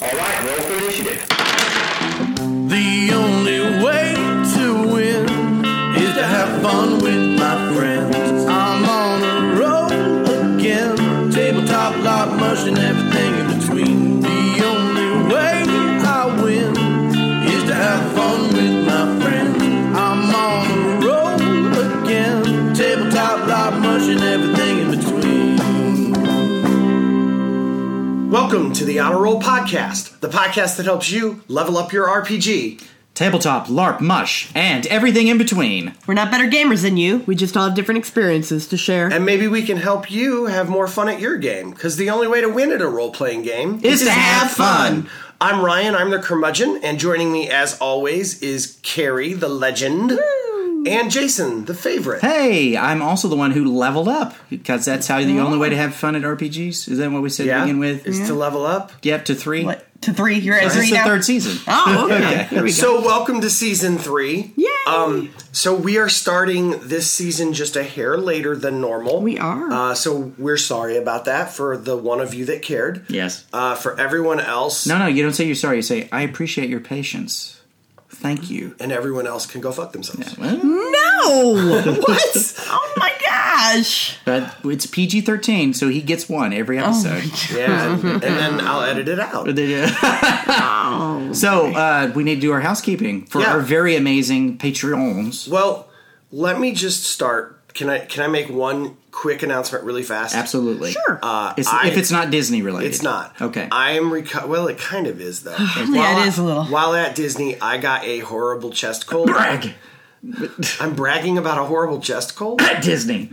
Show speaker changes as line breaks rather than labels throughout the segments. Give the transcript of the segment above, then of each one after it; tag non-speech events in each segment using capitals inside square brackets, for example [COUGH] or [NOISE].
roll for initiative.
The only way to win is to have fun with my friends. I'm on a roll again. Tabletop, live motion, everything in between. The only way I win is to have fun with my friends. I'm on a roll again. Tabletop, live motion, everything in between.
Welcome to the Honor Roll Podcast, the podcast that helps you level up your RPG.
Tabletop, LARP, mush, and everything in between.
We're not better gamers than you. We just all have different experiences to share.
And maybe we can help you have more fun at your game, because the only way to win at a role playing game
Is to have fun.
I'm Ryan, I'm the curmudgeon, and joining me as always is Carrie, the legend, and Jason, the favorite.
Hey, I'm also the one who leveled up because that's how the only way to have fun at RPGs is that what we said to begin with?
is to level up.
Yep, to three.
what? To three? You're at
This
three
is the
now?
third season.
Oh,
[LAUGHS]
okay. There we go.
So, welcome to season three.
Yay!
Um, so we are starting this season just a hair later than normal.
We are.
Uh, so we're sorry about that for the one of you that cared.
Yes.
Uh, for everyone else,
No, no, you don't say you're sorry. You say I appreciate your patience. Thank you.
and everyone else can go fuck themselves.
no! what? Oh my gosh!
But it's PG thirteen, so he gets one every
Oh
episode. [LAUGHS]
Yeah,
[LAUGHS]
and, and then I'll edit it out.
uh,
Oh
so uh, we need to do our housekeeping for
Yeah.
our very amazing Patreons.
Well, let me just start. Can I can I make one quick announcement really fast?
Absolutely. Sure.
Uh,
It's,
I-
if it's not Disney related,
It's not.
Okay.
I am reco- well, it kind of is though.
[SIGHS] Yeah, it is a little.
While at Disney, I got a horrible chest cold.
brag
I'm bragging about a horrible chest cold. [LAUGHS]
at Disney.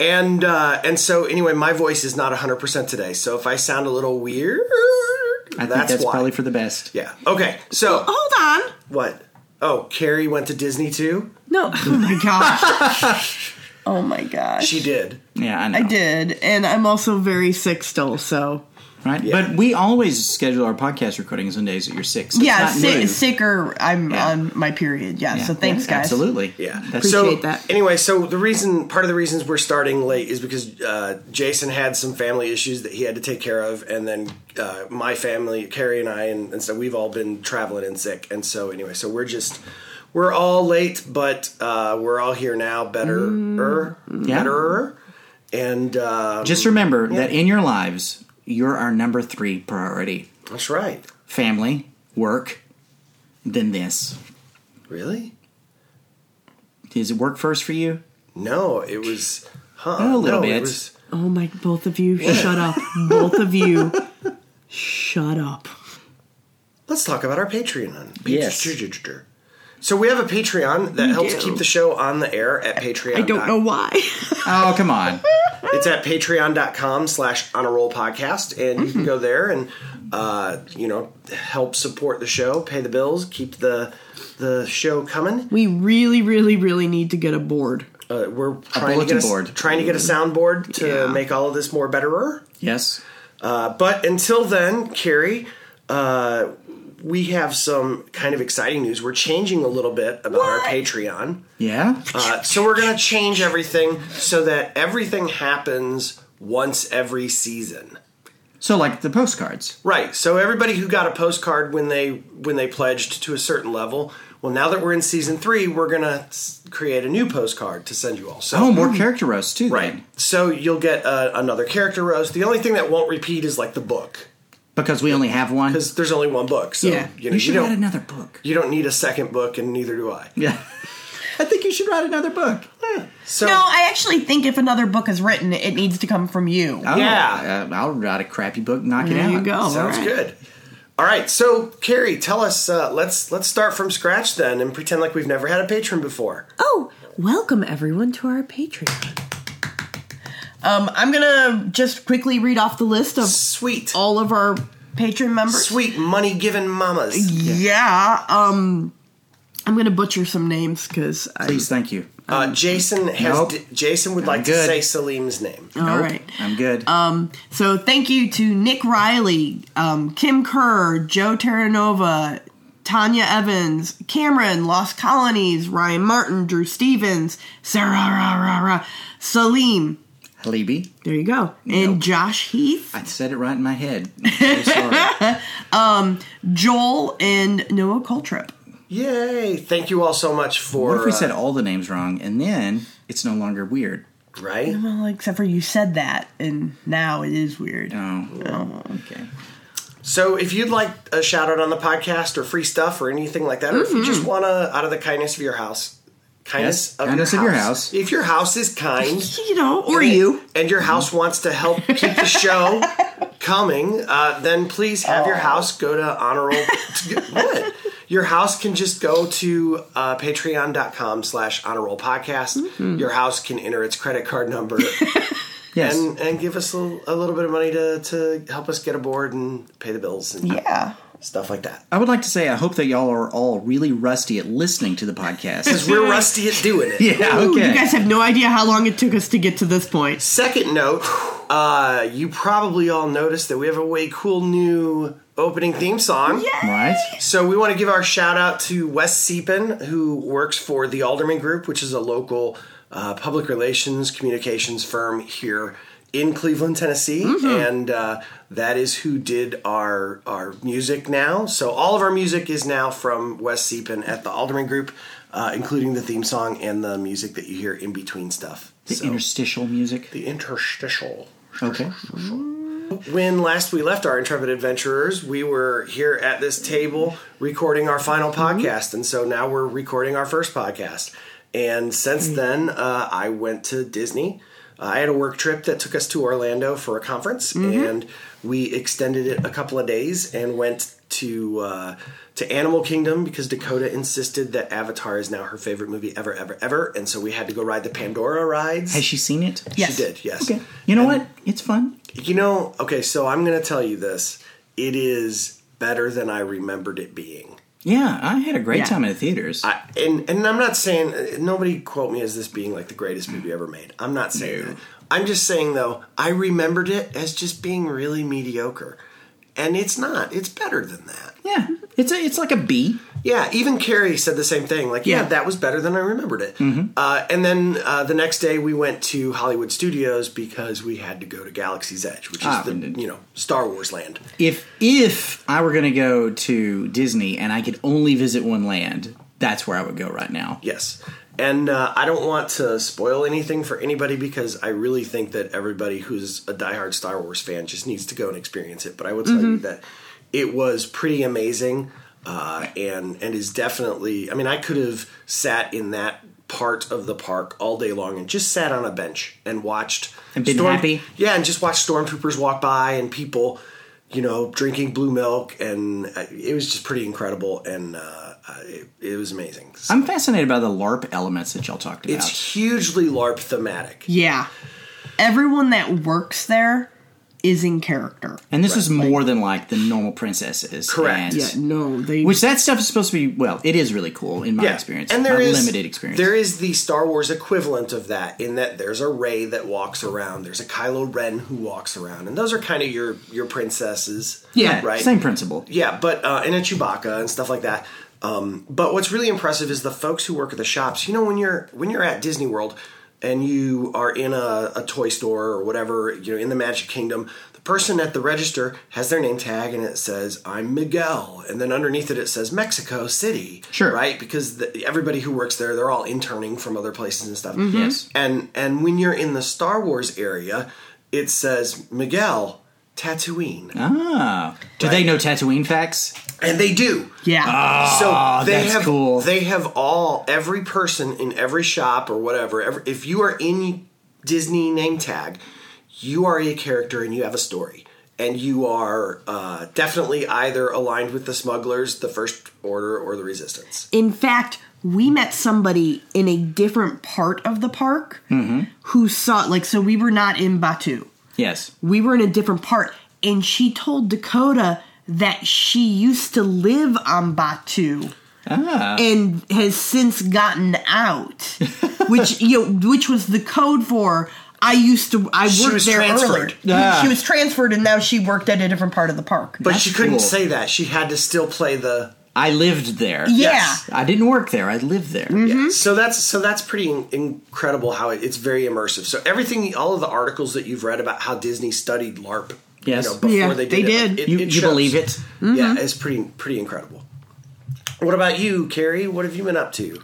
And uh, and so anyway, my voice is not 100% today. So if I sound a little weird,
I think
that's,
that's
why.
probably for the best.
yeah. Okay. So
Hold on.
what? Oh, Carrie went to Disney too?
No. [LAUGHS] Oh my gosh. [LAUGHS] oh my gosh.
She did.
Yeah, I know.
I did, and I'm also very sick still. So
Right? But we always schedule our podcast recordings on days that you're sick. So
yeah,
it's not new.
sick, sicker. I'm
Yeah.
on my period. Yeah.
Yeah.
So thanks, guys.
Absolutely.
Yeah.
That's
so,
Appreciate that.
Anyway, so the reason, part of the reasons we're starting late is because uh, Jason had some family issues that he had to take care of, and then uh, my family, Carrie and I, and, and so we've all been traveling and sick, and so anyway, so we're just we're all late, but uh, we're all here now, better,
Mm.
Yeah.
better, and uh,
just remember that in your lives, you're our number three priority.
that's right.
Family, work, then this.
Really?
Is it work first for you?
No, it was. Huh,
A little
no, It
bit.
was,
Oh my! Both of you, shut up! Both of you, shut up!
let's talk about our Patreon.
Yes.
So we have a Patreon that helps
do.
keep the show on the air at Patreon.
I don't know why. [LAUGHS]
Oh, come on.
It's at patreon.com slash on a roll podcast. And you can go there and, uh, you know, help support the show, pay the bills, keep the the show coming.
We really, really, really need to get a board.
Uh, we're trying to, get
bulletin
a,
board.
trying to get a soundboard to
Yeah.
make all of this more betterer. Uh,
yes.
But until then, Carrie, uh, we have some kind of exciting news. We're changing a little bit about our Patreon.
Yeah.
Uh, so we're going to change everything so that everything happens once every season.
so, like the postcards.
Right. So everybody who got a postcard when they when they pledged to a certain level, well, now that we're in season three, we're going to create a new postcard to send you all. So
Oh, more character roasts too.
right.
then.
So you'll get uh, another character roast. The only thing that won't repeat is like the book
Because we only have one.
because there's only one book. So
Yeah.
you know
You
you
should write
don't
another book.
you don't need a second book, and neither do I.
Yeah. I think you should write another book.
So
No, I actually think if another book is written, it needs to come from you.
Oh,
Yeah.
uh, I'll write a crappy book, knock it
There
out.
you go.
Sounds
All right.
good. All right, so Carrie, tell us. Uh, let's let's start from scratch then, and pretend like we've never had a patron before.
Oh, welcome everyone to our Patreon. Um, I'm gonna just quickly read off the list of
Sweet,
all of our Patreon members.
sweet money giving mamas. Uh,
Yeah. Um, I'm gonna butcher some names because I.
Please, thank you.
Uh, Jason has.
Um, Nope.
d- Jason would like to
good. Oh.
say Salim's name.
All
Nope,
right.
I'm good.
So thank you to Nick Riley, um, Kim Kerr, Joe Terranova, Tanya Evans, Cameron, Lost Colonies, Ryan Martin, Drew Stevens, Sarah, rah, rah, rah, Salim.
Halibi.
There you go. And Josh Heath.
I said it right in my head. I'm so sorry.
Dakota, um, Joel, and Noah Coltrip.
Yay! Thank you all so much for.
What if we
uh,
said all the names wrong and then it's no longer weird?
uh, right?
Well, except for you said that, and now it is weird.
Oh,
Oh.
okay.
So, if you'd like a shout out on the podcast or free stuff or anything like that, or if you just want to, out of the kindness of your house, kindness,
Mm-hmm. Yes,
of,
kindness
your
of your
house.
house.
If your house is
[LAUGHS]
kind,
You know, or you.
and your house
Mm-hmm.
wants to help keep the
[LAUGHS]
show coming, uh, then please have
Oh.
your house go to
[LAUGHS]
honorable. what? Your house can just go to uh, patreon.com slash honorable podcast. Your house can enter its credit card number
Mm-hmm. [LAUGHS] Yes.
and, and give us a, a little bit of money to, to help us get aboard and pay the bills and
Yeah.
stuff like that.
I would like to say I hope that y'all are all really rusty at listening to the podcast.
Because we're rusty at doing it.
[LAUGHS] yeah,
Ooh,
okay.
You guys have no idea how long it took us to get to this point.
Second note, uh, you probably all noticed that we have a way cool new opening theme song. Yeah.
right?
So we want to give our shout out to Wes Siepen, who works for the Alderman Group, which is a local uh, public relations communications firm here in Cleveland, Tennessee, and uh, that is who did our our music now. So all of our music is now from Wes Siepen at the Alderman Group, uh, including the theme song and the music that you hear in between stuff.
The
So-
interstitial music.
the interstitial.
Okay.
When last we left our intrepid adventurers, we were here at this table recording our final podcast, and so now we're recording our first podcast. And since then, uh, I went to Disney. Uh, I had a work trip that took us to Orlando for a conference, and we extended it a couple of days and went to uh, to Animal Kingdom because Dakota insisted that Avatar is now her favorite movie ever, ever, ever, and so we had to go ride the Pandora rides.
Has she seen it?
Yes.
She did, yes.
Okay. You know what? It's fun.
You know, okay, so I'm going to tell you this. It is better than I remembered it being.
Yeah, I had a great
Yeah.
time in the theaters.
I, and and I'm not saying nobody quote me as this being like the greatest movie ever made. I'm not saying that. I'm just saying though, I remembered it as just being really mediocre. And it's not. It's better than that.
yeah, it's a, it's like a B.
Yeah, even Carrie said the same thing. Like, yeah,
Yeah. Mm-hmm.
that was better than I remembered it. Uh, and then uh, the next day, we went to Hollywood Studios because we had to go to Galaxy's Edge, which is
Ah,
the
we did.
you know Star Wars land.
If if I were going to go to Disney and I could only visit one land, that's where I would go right now.
Yes. And uh, I don't want to spoil anything for anybody because I really think that everybody who's a diehard Star Wars fan just needs to go and experience it. But I will tell
Mm-hmm.
you that it was pretty amazing, uh, and and is definitely. I mean, I could have sat in that part of the park all day long and just sat on a bench and watched
And been
storm-
happy?
Yeah, and just watched stormtroopers walk by and people, you know, drinking blue milk, and uh, it was just pretty incredible, and uh, uh, it, it was amazing. So-
I'm fascinated by the LARP elements that y'all talked about.
it's hugely LARP thematic.
Yeah. Everyone that works there is in character.
and this is more than like the normal princesses.
Correct.
and-
Yeah, no, they.
Which that stuff is supposed to be well, it is really cool in my
Yeah.
experience.
and there
my
is
limited experience.
There is the Star Wars equivalent of that in that there's a Rey that walks around, there's a Kylo Ren who walks around, and those are kind of your your princesses.
yeah,
right.
Same principle.
Yeah, but uh, and a Chewbacca and stuff like that. Um, but what's really impressive is the folks who work at the shops. You know, when you're when you're at Disney World and you are in a, a toy store or whatever, you know, in the Magic Kingdom, the person at the register has their name tag and it says "I'm Miguel," and then underneath it it says Mexico City.
Sure.
right? Because the, everybody who works there, they're all interning from other places and stuff.
Mm-hmm. Yes.
And and when you're in the Star Wars area, it says Miguel Tatooine,
Ah. Do they know Tatooine facts?
and they do. Ah.
yeah.
So they
that's
have
cool.
they have all every person in every shop or whatever. Every, if you are in Disney name tag, you are a character and you have a story, and you are uh, definitely either aligned with the smugglers, the First Order, or the Resistance.
in fact, we met somebody in a different part of the park who saw, like, so we were not in Batu.
Yes.
we were in a different part and she told dakota that she used to live on batu
Ah,
and has since gotten
[LAUGHS]
out which you know, which was the code for i used to i worked
She was
there
transferred.
earlier
Ah.
[LAUGHS] she was transferred and now she worked at a different part of the park
But
That's
she couldn't
cool.
say that; she had to still play the.
I lived there.
yeah
Yes.
I didn't work there. I lived there.
Mm-hmm.
So that's so that's pretty in- incredible how it, it's very immersive. So everything, all of the articles that you've read about how Disney studied LARP
Yes.
you know, before
Yeah,
they did
they
it. Like,
did.
You- you
shows.
believe it.
Mm-hmm.
Yeah, it's pretty pretty incredible. What about you, Carrie? What have you been up to?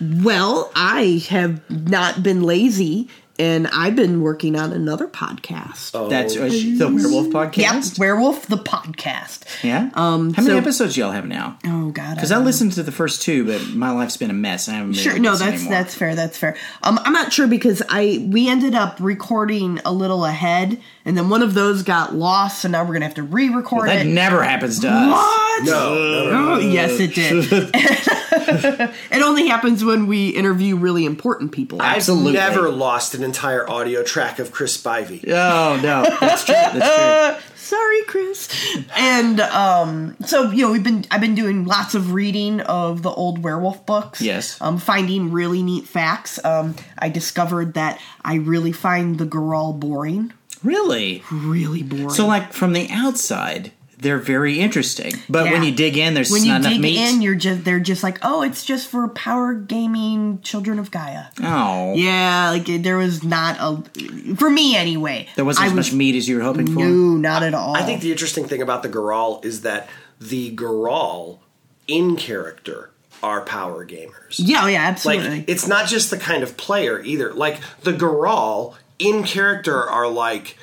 Well, I have not been lazy, and I've been working on another podcast.
Oh,
That's uh, the werewolf podcast.
Yep, Werewolf the podcast.
Yeah. Um, How many
so-
episodes y'all have now?
Oh God,
Because I listened to the first two, but my life's been a mess. And I haven't been
Sure,
able to
no,
listen
that's
anymore.
that's fair. That's fair. Um, I'm not sure because I we ended up recording a little ahead, and then one of those got lost, so now we're gonna have to re-record
that
it.
never happens to us.
what?
No, no, no, no.
Oh, yes, it did.
[LAUGHS]
[LAUGHS] it only happens when we interview really important people.
Absolutely.
I've never lost an entire audio track of Chris Spivey.
Oh no, that's true. That's true.
sorry chris and um so you know we've been i've been doing lots of reading of the old werewolf books
Yes.
um finding really neat facts um i discovered that i really find the Goral boring [LAUGHS]
Really?
really boring
So, like from the outside, they're very interesting, but when
Yeah.
you dig in, there's
when
just
you
not
dig
enough meat.
in you're just they're just like oh it's just for power gaming children of gaia
oh,
yeah like there was not a for me anyway
there wasn't
I
as
was,
much meat as you were hoping for.
no not at all
I think the interesting thing about the Goral is that the Goral in character are power gamers.
yeah oh, yeah
Like
absolutely
it's not just the kind of player either. Like the Goral in character are like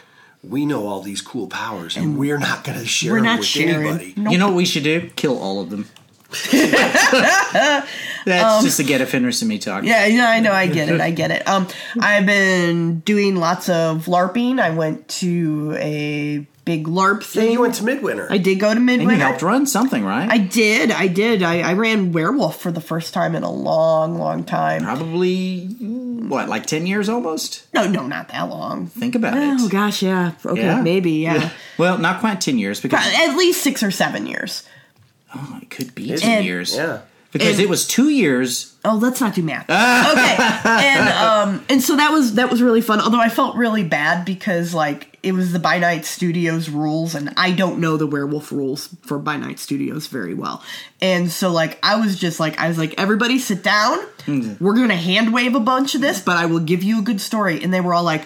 we know all these cool powers and, we're not going to share
we're
them
not
with
sharing.
anybody.
You know what we should do? Kill all of
[LAUGHS]
them. that's just the get offenders in me talking.
Um, Yeah, yeah, I know, I get it, I get it. [LAUGHS] Um, I've been doing lots of LARPing. I went to a big LARP
Yeah,
thing.
you went to Midwinter.
Mm-hmm. I did go to
and
Midway.
you helped run something, right?
I did, I did. I, I ran werewolf for the first time in a long, long time.
Probably mm, what, like ten years almost?
No, no, not that long.
Think about
Oh
it.
gosh, yeah. Okay,
Yeah.
maybe, yeah.
Well, not quite ten years because
At least six or seven years.
oh, it could be ten
And-
years.
yeah.
because
and-
it was two years.
Oh, let's not do math. okay, and um, and so that was that was really fun. Although I felt really bad because like it was the By Night Studios rules, and I don't know the werewolf rules for By Night Studios very well. And so like I was just like I was like everybody sit down. We're gonna hand wave a bunch of this, but I will give you a good story. And they were all like,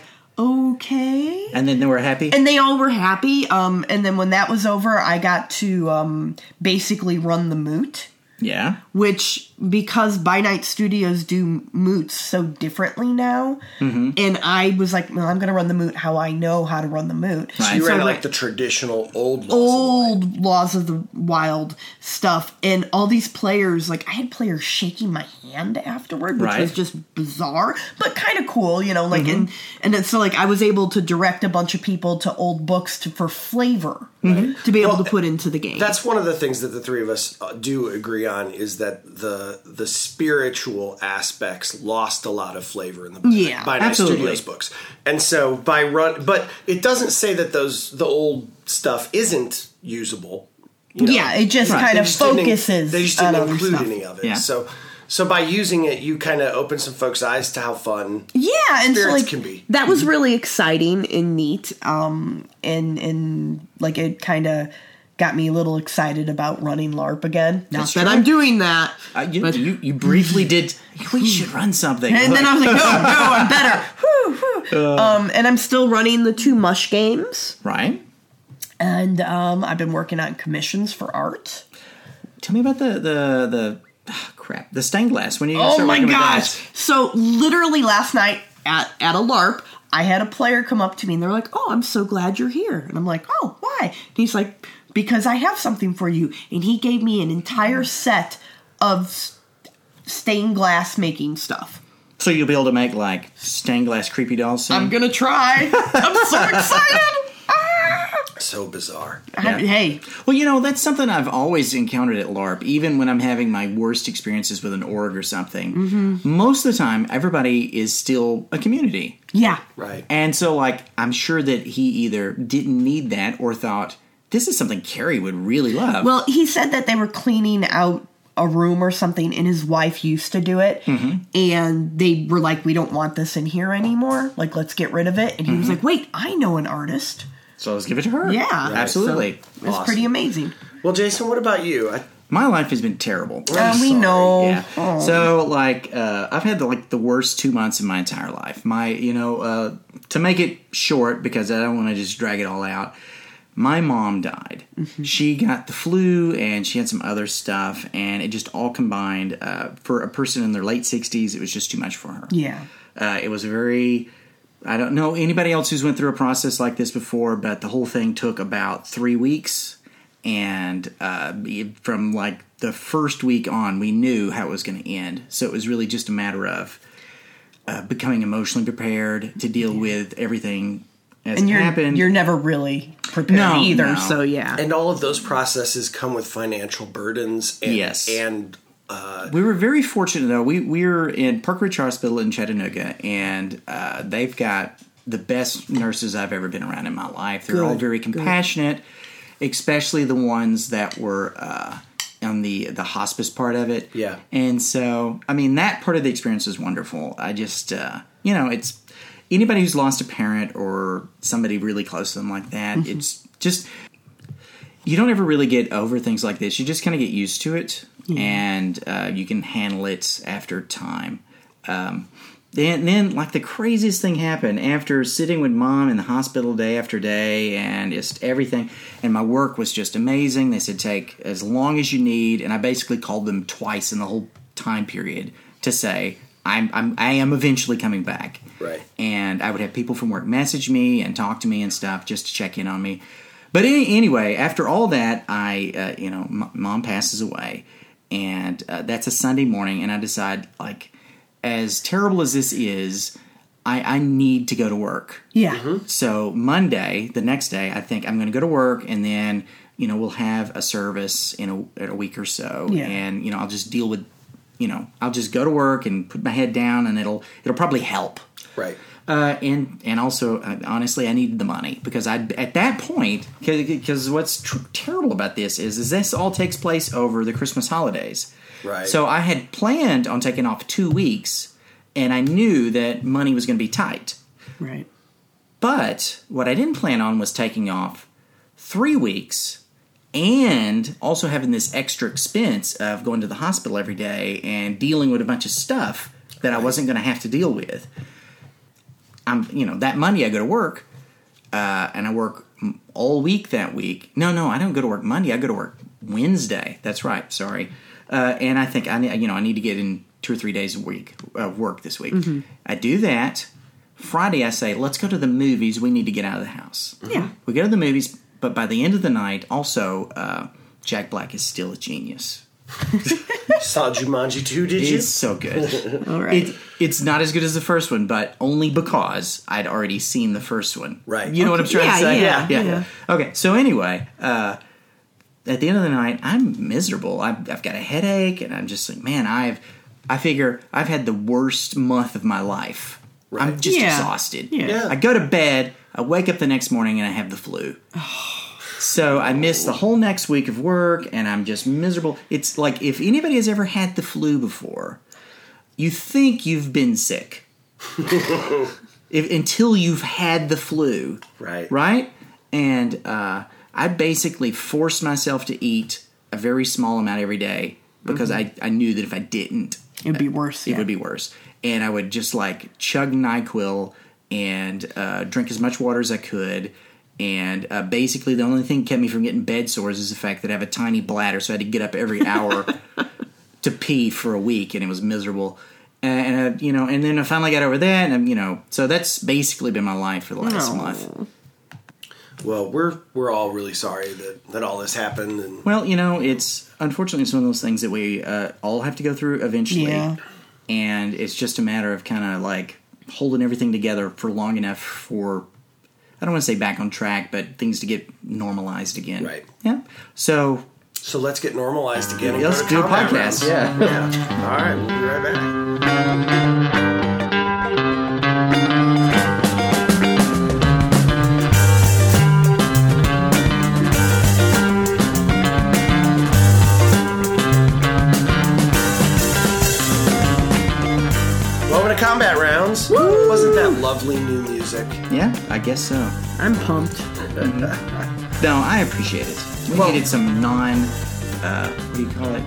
okay
And then they were happy.
and they all were happy. Um, and then when that was over, I got to um, basically run the moot
yeah.
which because by night studios do moots so differently now and i was like well i'm gonna run the moot how i know how to run the moot
Right.
you
So
ran
I
like
went-
the traditional old laws of
old laws of the wild stuff and all these players like i had players shaking my hand afterward which
Right.
was just bizarre but kind of cool you know like and
Mm-hmm.
and then, so like i was able to direct a bunch of people to old books to, for flavor to be able to put into the game
That's one of the things that the three of us uh, do agree on is that the the spiritual aspects lost a lot of flavor in the
Yeah,
by Night
absolutely.
Studios books, and so by run, but it doesn't say that those the old stuff isn't usable. you know.
yeah it just
Right.
kind
They
of
just didn't-
focuses
They just
on
didn't
other
include
stuff.
any of it.
Yeah.
So so by using it, you kind of open some folks' eyes to how fun.
Yeah, and so
Spirits
like
can be.
that was really exciting and neat. Um, and and like it kind of got me a little excited about running LARP again. Not
That's
that
true.
I'm doing that.
Uh, you, you you briefly did. We should run something.
and then I was like, no, no, I'm better. Whew, whew. um, and I'm still running the two mush games,
right.
and um, I've been working on commissions for art.
Tell me about the the the ah, crap the stained glass. When are you? gonna
Oh
start
my
working with
gosh!
that?
So literally last night at at a LARP, I had a player come up to me and they're like, "Oh, I'm so glad you're here," and I'm like, "Oh, why?" And he's like, "Because I have something for you," and he gave me an entire set of s- stained glass making stuff.
So you'll be able to make like stained glass creepy dolls. Soon?
I'm gonna try. I'm so excited. Ah!
So bizarre.
I- Hey,
Well, you know, that's something I've always encountered at LARP, even when I'm having my worst experiences with an org or something.
Mm-hmm.
Most of the time, everybody is still a community.
yeah,
Right.
And so, like, I'm sure that he either didn't need that or thought, this is something Carrie would really love.
Well, he said that they were cleaning out a room or something, and his wife used to do it.
Mm-hmm.
And they were like, "We don't want this in here anymore. Like, let's get rid of it." And he was
Mm-hmm.
like, "Wait, I know an artist.
so let's give it to her.
Yeah,
Absolutely.
So it's pretty amazing."
Well, Jason, what about you? I
My life has been terrible.
Uh, we know.
Yeah.
Oh.
So like uh, I've had the, like the worst two months of my entire life. My you know uh, to make it short because I don't want to just drag it all out. My mom died.
Mm-hmm.
She got the flu and she had some other stuff, and it just all combined. Uh, for a person in their late sixties, it was just too much for her.
Yeah.
Uh, it was very. I don't know anybody else who's went through a process like this before, but the whole thing took about three weeks, and uh, it- from like the first week on, we knew how it was going to end. So it was really just a matter of uh, becoming emotionally prepared to deal with everything as
And
it
you're
happened.
you're never really prepared
No,
either.
no.
So yeah.
And all of those processes come with financial burdens. And,
Yes.
And
We were very fortunate though. We we're in Park Ridge Hospital in Chattanooga, and uh, they've got the best nurses I've ever been around in my life. They're all
Good,
very
good.
compassionate, especially the ones that were uh, on the the hospice part of it.
Yeah.
and so I mean that part of the experience was wonderful. I just uh, you know it's anybody who's lost a parent or somebody really close to them like that.
Mm-hmm.
It's just you don't ever really get over things like this. You just kind of get used to it, and uh, you can handle it after time. Um, then, then, like the craziest thing happened after sitting with mom in the hospital day after day, and just everything. And my work was just amazing. They said take as long as you need, and I basically called them twice in the whole time period to say I'm, I'm I am eventually coming back.
Right.
And I would have people from work message me and talk to me and stuff just to check in on me. But any, anyway, after all that, I, uh, you know, m- mom passes away. And uh, that's a Sunday morning. And I decide, like, as terrible as this is, I, I need to go to work.
yeah.
Mm-hmm. So Monday, the next day, I think I'm going to go to work, and then you know we'll have a service in a, in a week or so,
Yeah.
and you know I'll just deal with, you know I'll just go to work and put my head down, and it'll it'll probably help.
right.
Uh, and and also uh, honestly, I needed the money because I at that point because what's tr- terrible about this is is this all takes place over the Christmas holidays,
Right.
So I had planned on taking off two weeks, and I knew that money was going to be tight.
Right.
But what I didn't plan on was taking off three weeks and also having this extra expense of going to the hospital every day and dealing with a bunch of stuff that I wasn't going to have to deal with. I'm, you know, that Monday I go to work uh, and I work m- all week that week. No, no, I don't go to work Monday. I go to work Wednesday. That's right. Sorry. Uh, and I think I, ne- you know, I need to get in two or three days a week of work this week. I do that. Friday, I say, let's go to the movies. We need to get out of the house.
Yeah.
We go to the movies, but by the end of the night, also, uh, Jack Black is still a genius.
Saw Jumanji 2, did you?
It's so good.
All right.
it, it's not as good as the first one, but only because I'd already seen the first one.
Right.
You know what I'm trying
Yeah,
to say?
yeah, yeah.
yeah. Okay. So anyway, uh, at the end of the night, I'm miserable. I've, I've got a headache, and I'm just like, man, I've, I figure I've had the worst month of my life. I'm just
Yeah.
exhausted.
Yeah.
Yeah.
I go to bed. I wake up the next morning and I have the
[SIGHS]
flu. So I miss the whole next week of work and I'm just miserable. It's like if anybody has ever had the flu before, you think you've been sick if, until you've had the flu,
Right.
right? And uh, I basically forced myself to eat a very small amount every day because I, I knew that if I didn't,
It'd be worse. Yeah.
it would be worse. And I would just like chug NyQuil and uh, drink as much water as I could. And uh, basically, the only thing that kept me from getting bed sores is the fact that I have a tiny bladder, so I had to get up every hour to pee for a week, and it was miserable. And, and uh, you know, and then I finally got over that, and I'm, you know, so that's basically been my life for the last
Oh.
month.
Well, we're we're all really sorry that, that all this happened. And
Well, you know, it's unfortunately it's one of those things that we uh, all have to go through eventually.
Yeah.
and it's just a matter of kind of like holding everything together for long enough for I don't want to say back on track, but things to get normalized again.
Right.
Yeah. So
so let's get normalized again. and go
let's
to
do a
combat
podcast.
rounds.
Yeah.
yeah. All right. We'll be right back. Welcome to Combat Rounds. Wasn't that lovely new music?
Yeah. I guess so.
I'm pumped.
No, I appreciate it. We needed some non uh, what do you call it?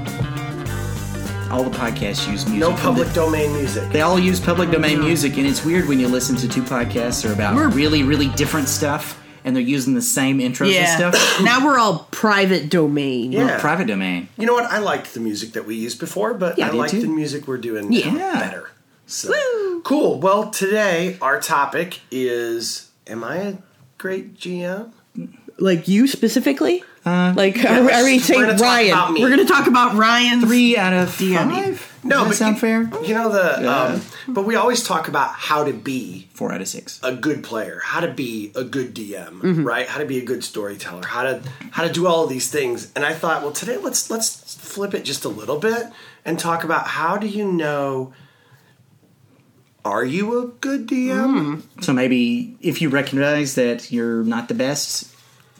All the podcasts use music.
No
from
public
the-
domain music.
they all use public domain music, and it's weird when you listen to two podcasts that are about
We're-
really, really different stuff, and they're using the same intros
Yeah.
and stuff.
now we're all private domain.
We're
Yeah.
private domain.
You know what? I liked the music that we used before, but
Yeah, I
I
did
like
too.
the music we're doing
Yeah.
now better. So cool. Well, today our topic is: Am I a great GM?
Like you specifically? like are,
let's-
are we
we're
saying
gonna talk
Ryan?
about me.
We're going to talk about Ryan's
Three out of
DM.
five.
E. No,
Does that
but
sound
you,
fair?
You know the. Um, but we always talk about how to be
Four out of six.
a good player, how to be a good DM,
Mm-hmm.
right? How to be a good storyteller, how to how to do all of these things. And I thought, well, today let's let's flip it just a little bit and talk about how do you know are you a good DM?
So maybe if you recognize that you're not the best,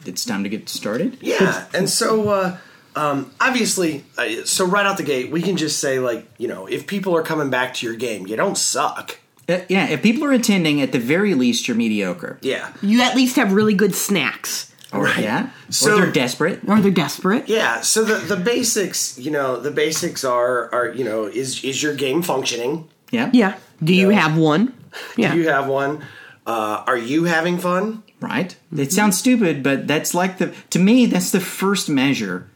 it's time to get started.
Yeah. And so uh um, obviously, uh, so right out the gate, we can just say like, you know, if people are coming back to your game, you don't suck.
Uh, yeah, if people are attending, at the very least, you're mediocre.
Yeah,
You at least have really good snacks.
Or,
Right.
Yeah.
So-
or they're desperate.
Or they're desperate.
Yeah, so the, the basics, you know, the basics are are you know, is is your game functioning?
Yeah.
Yeah. Do you
Yeah.
have one? Yeah.
Do you have one? Uh, are you having fun?
Right.
Mm-hmm.
It sounds stupid, but that's like the to me that's the first measure.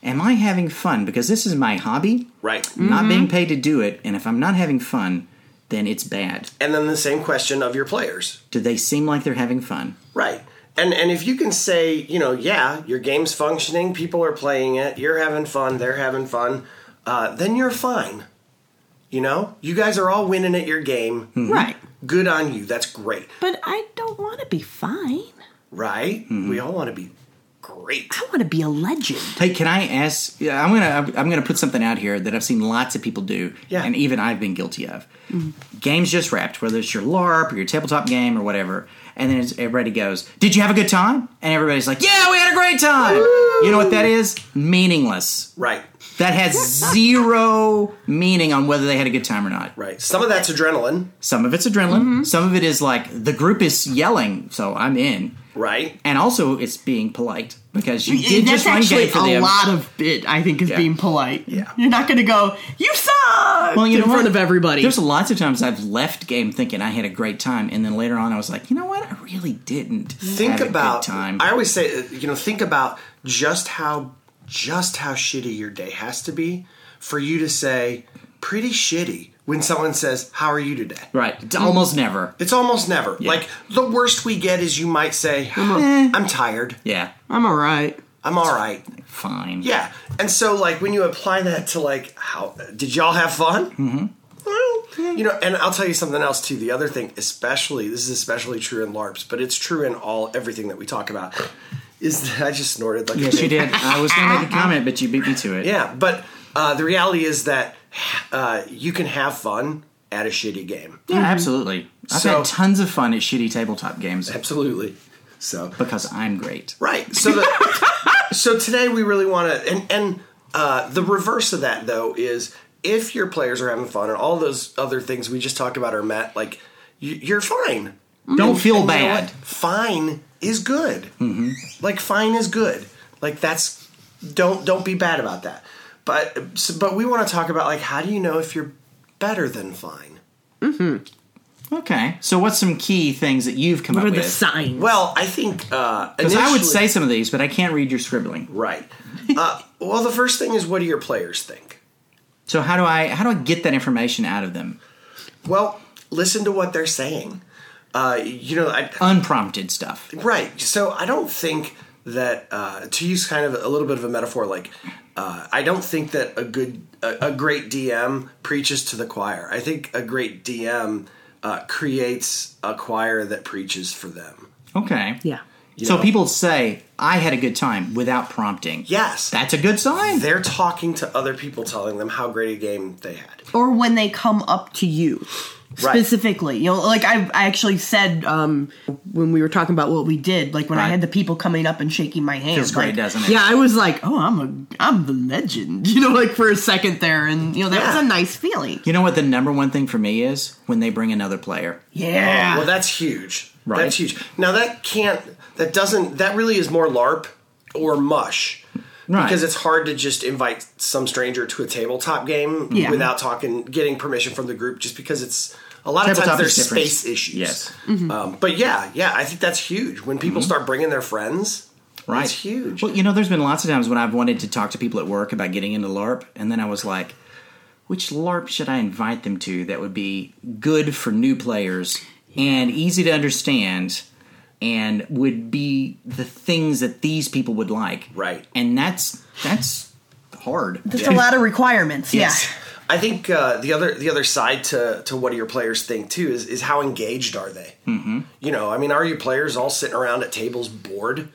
Am I having fun? Because this is my hobby.
Right.
I'm Not being paid to do it, and if I'm not having fun, then it's bad.
And then the same question of your players.
Do they seem like they're having fun?
Right. And and if you can say, you know, yeah, your game's functioning, people are playing it, you're having fun, they're having fun, uh, then you're fine. You know? You guys are all winning at your game.
Hmm.
Right.
Good on you. That's great.
But I don't want to be fine.
Right?
Hmm.
We all want to be great.
I want to be a legend.
Hey, can I ask? Yeah, I'm gonna I'm gonna put something out here that I've seen lots of people do,
Yeah.
and even I've been guilty of. Games just wrapped, whether it's your LARP or your tabletop game or whatever, and then it's, everybody goes, "Did you have a good time?" And everybody's like, "Yeah, we had a great time." You know what that is? Meaningless.
Right.
That has zero meaning on whether they had a good time or not.
Right. Some of that's adrenaline,
Some of it's adrenaline.
Mm-hmm.
Some of it is like the group is yelling, so I'm in.
right?
And also, it's being polite because you did
That's
just run
actually
game for
a
them.
lot of it. I think is
Yeah.
being polite.
Yeah.
You're not going to go. You suck.
well, you
in
know
front
what?
of everybody.
There's lots of times I've left game thinking I had a great time, and then later on I was like, you know what? I really didn't.
think
have
about
a good time.
I always say, uh, you know, think about just how just how shitty your day has to be for you to say pretty shitty when someone says, "How are you today?"
right? It's almost never.
It's almost never. Like the worst we get is you might
[LAUGHS]
say,
Eh.
"I'm tired.
Yeah,
I'm all right.
I'm all right."
fine.
Yeah. And so like when you apply that to like how did y'all have fun? Mm-hmm. Well, you know, and I'll tell you something else too. The other thing, especially this is especially true in LARPs, but it's true in all everything that we talk about. Is that I just snorted like a
Yes, you
pig.
did. I was gonna make a comment, but you beat me to it.
Yeah, but uh, the reality is that uh, you can have fun at a shitty game.
Mm-hmm.
Yeah, absolutely. I've
So-
had tons of fun at shitty tabletop
[LAUGHS]
games
Absolutely. So
because I'm great.
Right. So the, [LAUGHS] so today we really want to and and uh, the reverse of that though is if your players are having fun and all those other things we just talked about are met, like you, you're fine.
Mm-hmm.
Don't feel
You know
bad.
what? Fine is good.
Mm-hmm.
Like fine is good. Like that's don't don't be bad about that. But so, but we want to talk about like how do you know if you're better than fine?
Okay. So, what's some key things that you've come
What
up
are the
with?
signs?
Well, I think uh,
Because I would
initially-
say some of these, but I can't read your scribbling.
right. Uh, well, the first thing is what do your players think?
So how do I how do I get that information out of them?
Well, listen to what they're saying. Uh, you know, I,
Unprompted stuff.
right. So I don't think that uh, to use kind of a little bit of a metaphor, like uh, I don't think that a good, a, a great DM preaches to the choir. I think a great DM uh, creates a choir that preaches for them.
Okay.
yeah.
so
know.
people say I had a good time without prompting.
Yes,
That's a good sign.
they're talking to other people, telling them how great a game they had.
Or when they come up to you.
Right.
Specifically, you know, like I, I actually said um, when we were talking about what we did, like when I
Right.
had the people coming up and shaking my hand,
Feels great,
like-
doesn't it?
Yeah, I was like, oh, I'm a, I'm the legend, [LAUGHS] you know, like for a second there, and you know, that
Yeah.
was a nice feeling.
You know what the number one thing for me is when they bring another player.
Yeah,
Well, that's huge.
Right.
That's huge. Now that can't. That doesn't. That really is more LARP or mush.
Right.
because it's hard to just invite some stranger to a tabletop game
Yeah.
without talking, getting permission from the group. Just because it's a lot of
Tabletop
times
is
there's
different.
space issues.
Yes. Mm-hmm.
Um, but yeah, yeah, I think that's huge. When people start bringing their friends,
Right.
it's huge.
Well, you know, there's been lots of times when I've wanted to talk to people at work about getting into LARP, and then I was like, which LARP should I invite them to that would be good for new players and easy to understand and would be the things that these people would like?
Right.
And that's that's hard.
That's a lot of requirements.
Yes.
I think uh, the other the other side to to what do your players think too is is how engaged are they? Mm-hmm. You know, I mean, are your players all sitting around at tables bored,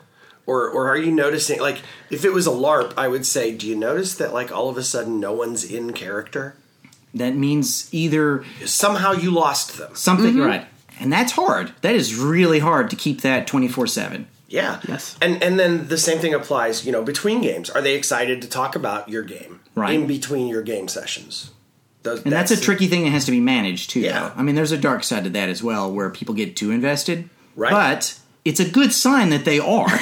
or or are you noticing like if it was a LARP, I would say, do you notice that like all of a sudden no one's in character?
That means either
Somehow you lost them.
something right. And that's hard. That is really hard to keep that 24 7.
Yeah.
Yes.
And and then the same thing applies, you know, between games. Are they excited to talk about your game
Right.
in between your game sessions? Those,
And that's, a tricky thing that has to be managed too.
Yeah.
though. I mean, there's a dark side to that as well, where people get too invested.
Right.
But it's a good sign that
[LAUGHS]
they are. [LAUGHS]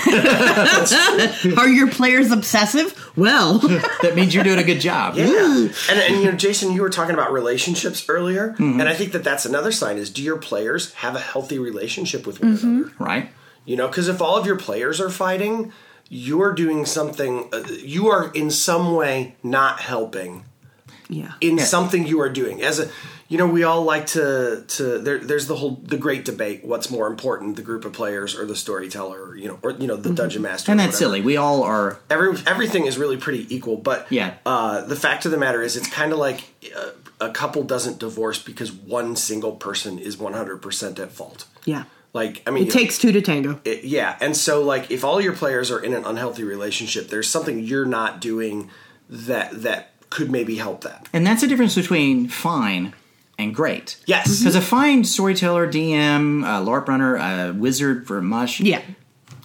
Yeah. Are your players obsessive? Well,
that means you're doing a good job.
Yeah.
Mm.
and, and you know, Jason, you were talking about relationships earlier,
Mm-hmm.
and I think that that's another sign is do your players have a healthy relationship with
Mm-hmm.
one another?
Right.
You know, because if all of your players are fighting, you're doing something. Uh, you are in some way not helping
[LAUGHS] yeah.
in something you are doing as a you know we all like to to there, there's the whole the great debate what's more important the group of players or the storyteller or, you know or you know the dungeon master
Mm-hmm. And
or
that's
whatever.
silly. We all are.
Every, everything is really pretty equal but
Yeah.
uh, the fact of the matter is it's kind of like uh, a couple doesn't divorce because one single person is 100% at fault
Yeah.
like i mean
It takes two to tango.
it- yeah and so like if all your players are in an unhealthy relationship there's something you're not doing that that could maybe help that
And that's the difference between fine and great.
Yes. Mhm.
Because a fine storyteller, DM, uh, LARP runner, uh, wizard for mush.
Yeah.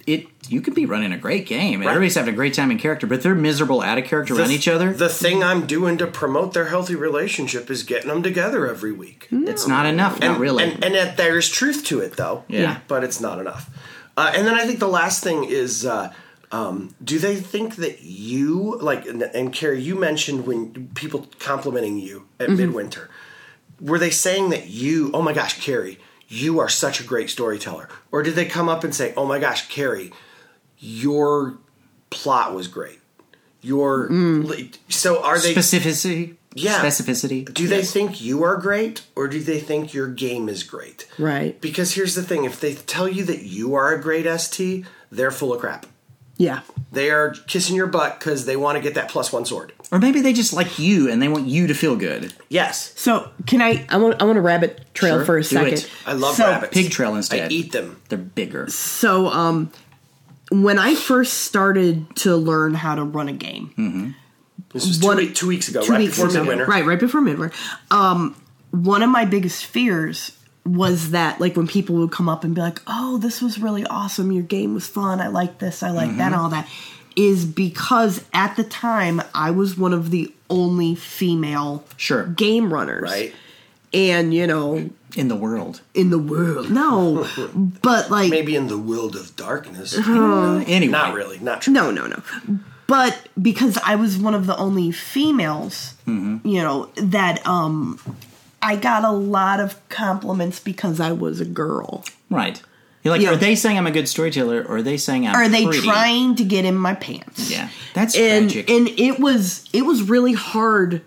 It you could be running a great game. and
Right.
Everybody's having a great time in character, but they're miserable out of character around
th-
each other.
The thing I'm doing to promote their healthy relationship is getting them together every week.
it's not enough. not really.
And, and that there is truth to it, though.
Yeah.
But it's not enough. Uh, and then I think the last thing is. Uh, um, do they think that you like and, and Carrie? You mentioned when people complimenting you at midwinter, were they saying that you? Oh my gosh, Carrie, you are such a great storyteller. Or did they come up and say, "Oh my gosh, Carrie, your plot was great"? Your li- so are they
specificity.
Yeah.
Specificity.
do they think you are great or do they think your game is great?
Right.
Because here's the thing if they tell you that you are a great ST, they're full of crap.
Yeah.
They are kissing your butt because they want to get that plus one sword.
Or maybe they just like you and they want you to feel good.
Yes.
So can I? I want. I want to rabbit trail
Sure,
for a
do it.
second.
I love
so,
rabbits.
Pig trail
I
instead.
eat them.
They're bigger.
So um, when I first started to learn how to run a game,
This was two,
What-
week- two weeks ago,
two
right
weeks
before
ago.
midwinter.
Right, right before midwinter. Um, one of my biggest fears was that like when people would come up and be like, "Oh, this was really awesome. Your game was fun. I like this. I like
Mm-hmm.
that. All that." Is because at the time I was one of the only female
Sure.
game runners,
Right.
And you know,
in the world.
in the world,
[LAUGHS]
no, but like
Maybe in the world of darkness.
Anyway,
Not really. Not true.
Oh. No, no, no. But because I was one of the only females,
Mm-hmm.
you know, that um I got a lot of compliments because I was a girl.
Right. You're like,
Yeah.
are they saying I'm a good storyteller, or are they saying I'm?
Are they
pretty?
trying to get in my pants?
Yeah, that's
And
tragic.
and it was it was really hard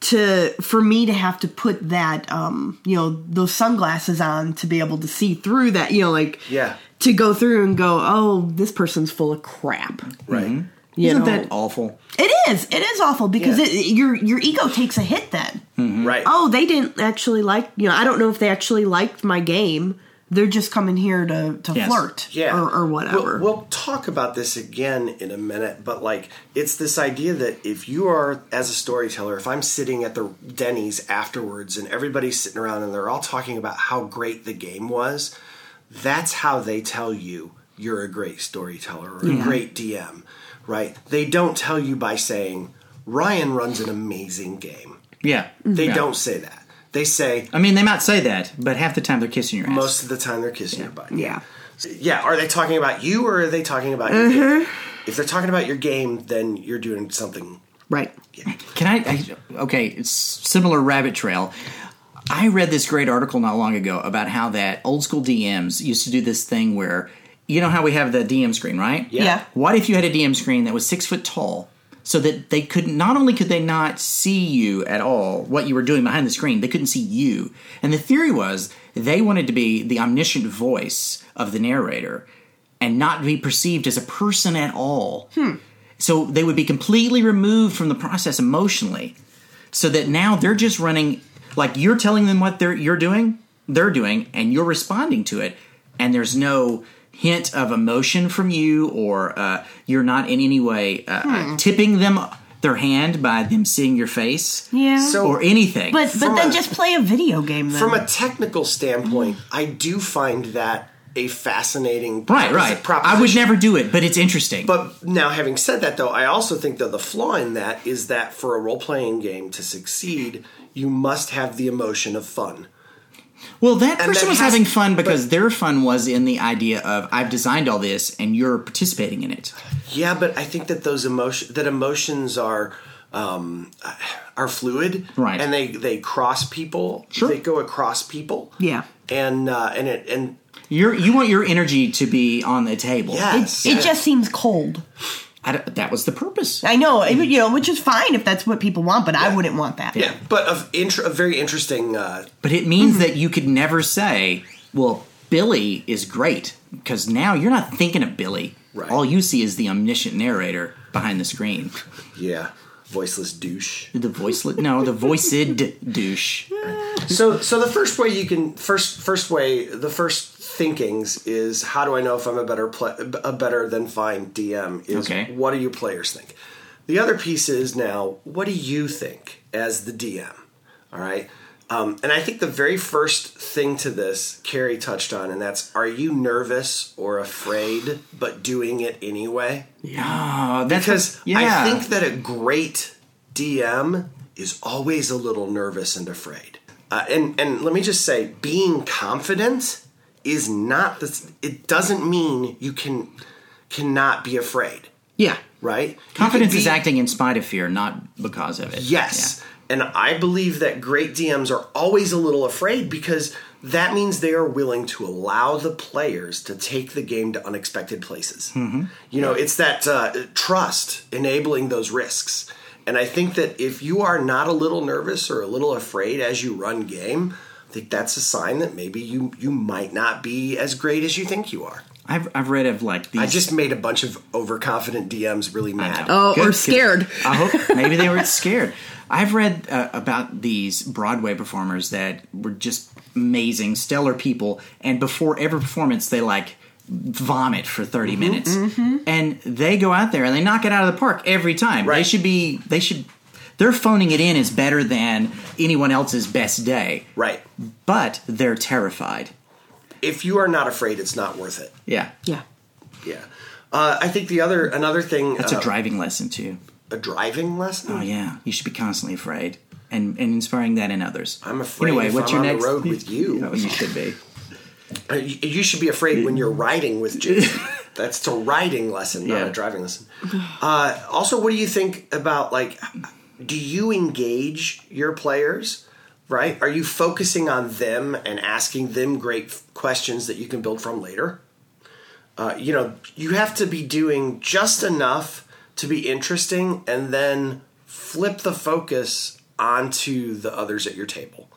to for me to have to put that um you know those sunglasses on to be able to see through that you know like
Yeah.
to go through and go oh this person's full of crap
Right.
you
Isn't
know?
that awful?
It is. It is awful because
Yeah.
it, your your ego takes a hit then.
Right.
Oh, they didn't actually like. You know, I don't know if they actually liked my game. They're just coming here to to
Yes.
flirt
yeah.
or, or whatever.
We'll, we'll talk about this again in a minute, but like it's this idea that if you are as a storyteller, if I'm sitting at the Denny's afterwards and everybody's sitting around and they're all talking about how great the game was, that's how they tell you you're a great storyteller or a great DM, right? They don't tell you by saying Ryan runs an amazing game.
Yeah,
They
Yeah.
don't say that. They say
I mean, they might say that, but half the time they're kissing your ass.
most of the time they're kissing your butt.
Uh, yeah.
Mm-hmm.
Yeah, are they talking about you or are they talking about your game? If they're talking about your game, then you're doing something.
Mm-hmm.
Right.
Can I, I? Okay, it's similar rabbit trail. I read this great article not long ago about how that old school DMs used to do this thing where you know how we have the DM screen, right?
Yeah.
What if you had a DM screen that was six foot tall, so that they could not only could they not see you at all, what you were doing behind the screen, they couldn't see you. And the theory was they wanted to be the omniscient voice of the narrator and not be perceived as a person at all. So they would be completely removed from the process emotionally, so that now they're just running like you're telling them what they're you're doing, they're doing, and you're responding to it, and there's no hint of emotion from you, or uh, you're not in any way uh,
Hmm.
uh, tipping them their hand by them seeing your face
Yeah.
So-
or anything.
but but
From
then
a-
just play a video game then.
From a technical standpoint, I do find that a fascinating
right, right. I would
proposition.
never do it, but it's interesting.
But now, having said that, though, I also think that the flaw in that is that for a role playing game to succeed, you must have the emotion of fun.
Well, that
And
person
that
was
has-
having fun because their fun was in the idea of I've designed all this and you're participating in it.
Yeah, but I think that those emotion that emotions are um, are fluid,
Right.
And they they cross people.
Sure.
they go across people.
Yeah.
and uh, and it and
You're, you want your energy to be on the table.
yes,
it just seems cold.
I don't- that was the purpose.
I know, it- you know, which is fine if that's what people want, but I wouldn't want that.
yeah, but of inter- a very interesting. Uh,
But it means that you could never say, well, Billy is great because now you're not thinking of Billy.
Right.
All you see is the omniscient narrator behind the screen.
yeah, voiceless douche.
The voiceless, no, the voiced douche.
So, so the first way you can first first way the first thinkings is how do I know if I'm a better play, a better than fine DM is
Okay.
what do your players think? The other piece is now what do you think as the DM? All right, um, and I think the very first thing to this Carrie touched on, and that's are you nervous or afraid but doing it anyway?
Oh, that's
Because
yeah.
I think that a great DM is always a little nervous and afraid. Uh, and and let me just say, being confident is not this. It doesn't mean you can cannot be afraid,
yeah.
right? You can
Confidence is
be-
acting in spite of fear, not because of it.
Yes. And I believe that great DMs are always a little afraid because that means they are willing to allow the players to take the game to unexpected places. You know, it's that uh, trust enabling those risks. And I think that if you are not a little nervous or a little afraid as you run game, I think that's a sign that maybe you you might not be as great as you think you are.
Yeah. I've, I've read of like these.
I just made a bunch of overconfident DMs really mad.
Oh,
Good,
or
good.
scared.
I
[LAUGHS]
hope maybe they were scared. I've read uh, about these Broadway performers that were just amazing, stellar people, and before every performance, they like vomit for 30
Mm-hmm,
minutes, and they go out there and they knock it out of the park every time. They
Right.
should be. They should. Their phoning it in is better than anyone else's best day,
Right.
but they're terrified.
If you are not afraid, it's not worth it.
Yeah,
Yeah.
Yeah. Uh, I think the other another thing
that's
uh,
a driving lesson too.
a driving lesson.
Oh yeah, you should be constantly afraid and and inspiring that in others.
I'm afraid
Anyway,
if
what's
I'm
your
on
next
the road with you.
Oh, you should be.
Uh, You, you should be afraid when you're riding with Jason. That's a riding lesson, not
Yeah.
a driving lesson. Uh, also, what do you think about like? Do you engage your players? Right? Are you focusing on them and asking them great f- questions that you can build from later? Uh, you know, you have to be doing just enough to be interesting, and then flip the focus onto the others at your table.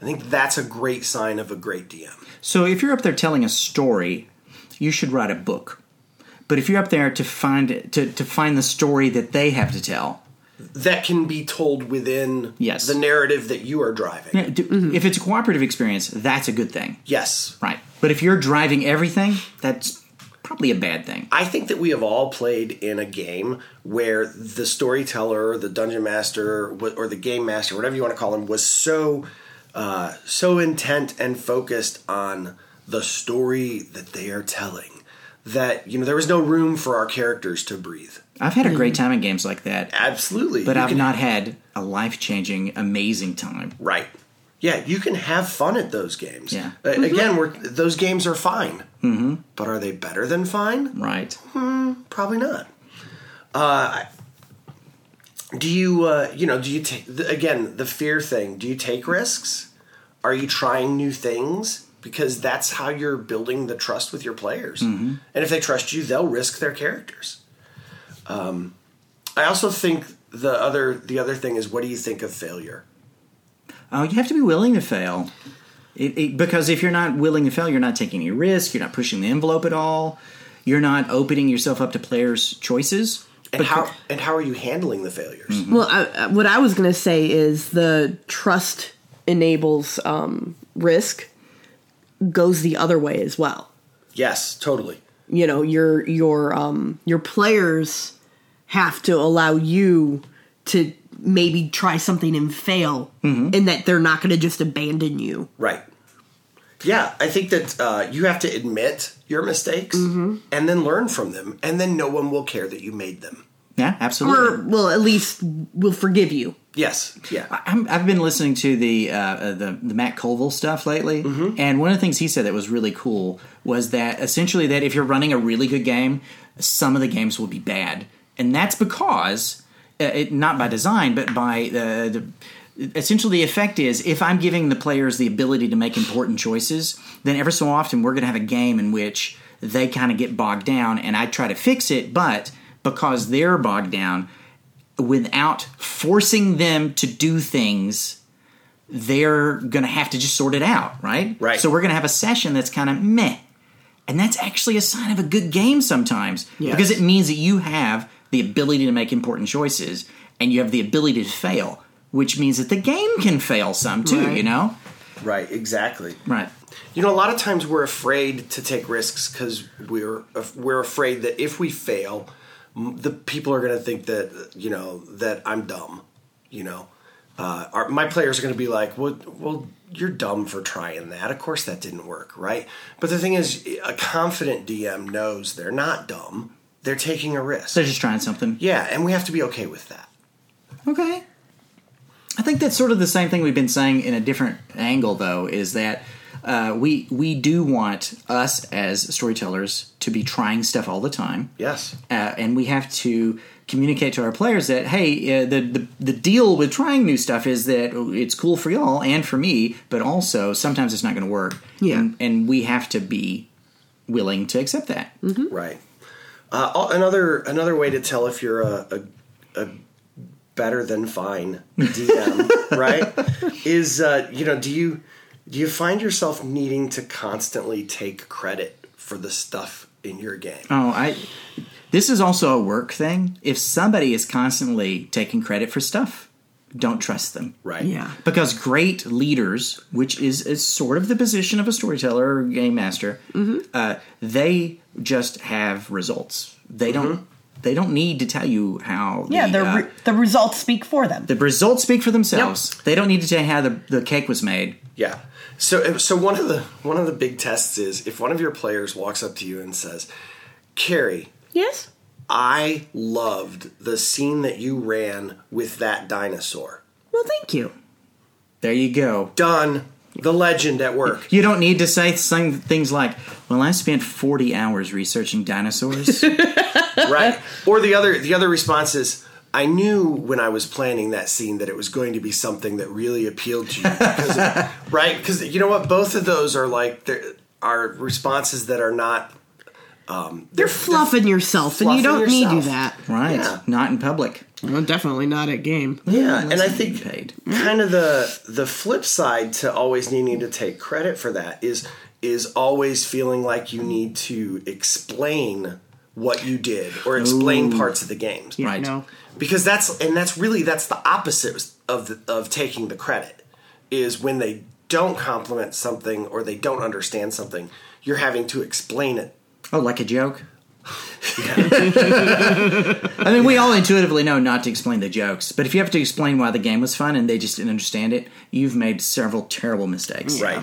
I think that's a great sign of a great DM.
So if you're up there telling a story, you should write a book. But if you're up there to find to, to find the story that they have to tell,
that can be told within
Yes.
the narrative that you are driving.
do- if it's a cooperative experience, that's a good thing,
Yes.
right? But if you're driving everything, that's probably a bad thing.
I think that we have all played in a game where the storyteller, the dungeon master, wh- or the game master, whatever you want to call him, was so uh, so intent and focused on the story that they are telling that you know there was no room for our characters to breathe.
I've had a great time in games like that,
Absolutely,
but
You
I've
can-
not had a life changing, amazing time.
Right. Yeah, you can have fun at those games.
Yeah.
Uh, Again, we're, those games are fine, mm-hmm. but are they better than fine?
Right?
Probably not. Uh, Do you, uh, you know, do you take th- again the fear thing? Do you take risks? Are you trying new things? Because that's how you're building the trust with your players. And if they trust you, they'll risk their characters. Um, I also think the other the other thing is what do you think of failure?
Oh, you have to be willing to fail. It, it, because if you're not willing to fail, you're not taking any risk. You're not pushing the envelope at all. You're not opening yourself up to players' choices.
And how and how are you handling the failures?
Well, I, I- what I was going to say is the trust enables um, risk goes the other way as well.
Yes, totally.
You know, your your um, your players have to allow you to maybe try something and fail, and that they're not going to just abandon you.
Right. Yeah, I think that uh, you have to admit your mistakes and then learn from them, and then no one will care that you made them.
Yeah,
Or,
absolutely.
well, at least will forgive you.
Yes. Yeah.
I'm, I've been listening to the uh, uh, the, the Matt Colville stuff lately, and one of the things he said that was really cool was that essentially that if you're running a really good game, some of the games will be bad, and that's because uh, it not by design, but by uh, the essentially the effect is if I'm giving the players the ability to make important choices, then ever so often we're going to have a game in which they kind of get bogged down, and I try to fix it, but because they're bogged down without forcing them to do things they're going to have to just sort it out right
Right.
so we're going to have a session that's kind of meh and that's actually a sign of a good game sometimes because it means that you have the ability to make important choices and you have the ability to fail which means that the game can fail some too you know
Right. Exactly.
right
You know, a lot of times we're afraid to take risks because we're we're afraid that if we fail, m- the people are going to think that you know that I'm dumb. You know, uh, our, my players are going to be like, "Well, well, you're dumb for trying that. Of course, that didn't work, right?" But the thing is, a confident DM knows they're not dumb. They're taking a risk.
they're just trying something
Yeah, and we have to be okay with that.
Okay. I think that's sort of the same thing we've been saying in a different angle, though, is that uh, we we do want us as storytellers to be trying stuff all the time.
Yes.
Uh, and we have to communicate to our players that hey, uh, the, the the deal with trying new stuff is that it's cool for y'all and for me, but also sometimes it's not going to work.
Yeah.
and, and we have to be willing to accept that.
Right. Uh, al- another another way to tell if you're a, a, a better than fine DM, right, is uh, you know do you do you find yourself needing to constantly take credit for the stuff in your game?
Oh, I. This is also a work thing. If somebody is constantly taking credit for stuff, don't trust them.
Right.
Because great leaders, which is, is sort of the position of a storyteller or game master,
Mm-hmm.
uh, they just have results. They don't. They don't need to tell you how.
Yeah, the,
the, uh,
re- the results speak for them.
the results speak for themselves. They don't need to tell you how the, the cake was made.
Yeah. So so one of the one of the big tests is if one of your players walks up to you and says, "Carrie,
yes.
I loved the scene that you ran with that dinosaur."
Well, thank you.
There you go.
Done. The legend at work.
You don't need to say some things like, "Well, I spent forty hours researching
[LAUGHS]
dinosaurs."
right [LAUGHS] or the other the other response is i knew when i was planning that scene that it was going to be something that really appealed [LAUGHS] to you because of, right because you know what both of those are like they're- are responses that are not
You're fluffing yourself, and you don't
fluffing
need to do
yourself.
that.
Right.
Yeah.
Not in public.
Well, definitely not at game.
yeah and i
Not
think
getting paid.
kind of the the flip side to always needing to take credit for that is is always feeling like you need to explain what you did or explain parts of the games
Right.
No.
because that's and that's really that's the opposite of the, of taking the credit is when they don't compliment something or they don't understand something you're having to explain it
Oh, like a joke? [LAUGHS] I mean, we all intuitively know not to explain the jokes, but if you have to explain why the game was fun and they just didn't understand it, you've made several terrible mistakes.
right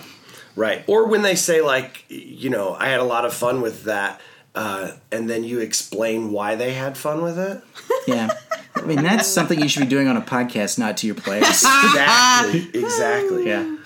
right or when they say like you know i had a lot of fun with that uh, and then you explain why they had fun with it
Yeah. I mean, that's something you should be doing on a podcast, not to your players.
exactly exactly
[LAUGHS] Yeah.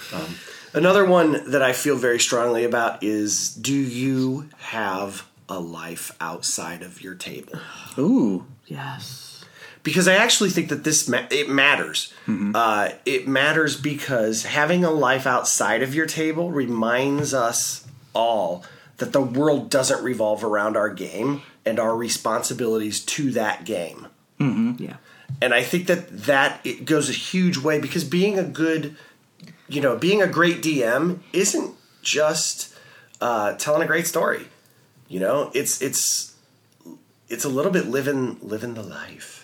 another one that i feel very strongly about is do you have a life outside of your table
Ooh.
Yes.
because I actually think that this ma- it matters. Uh, it matters because having a life outside of your table reminds us all that the world doesn't revolve around our game and our responsibilities to that game.
Yeah.
And I think that that it goes a huge way because being a good, you know, being a great DM isn't just uh, telling a great story. You know, it's it's it's a little bit living living the life.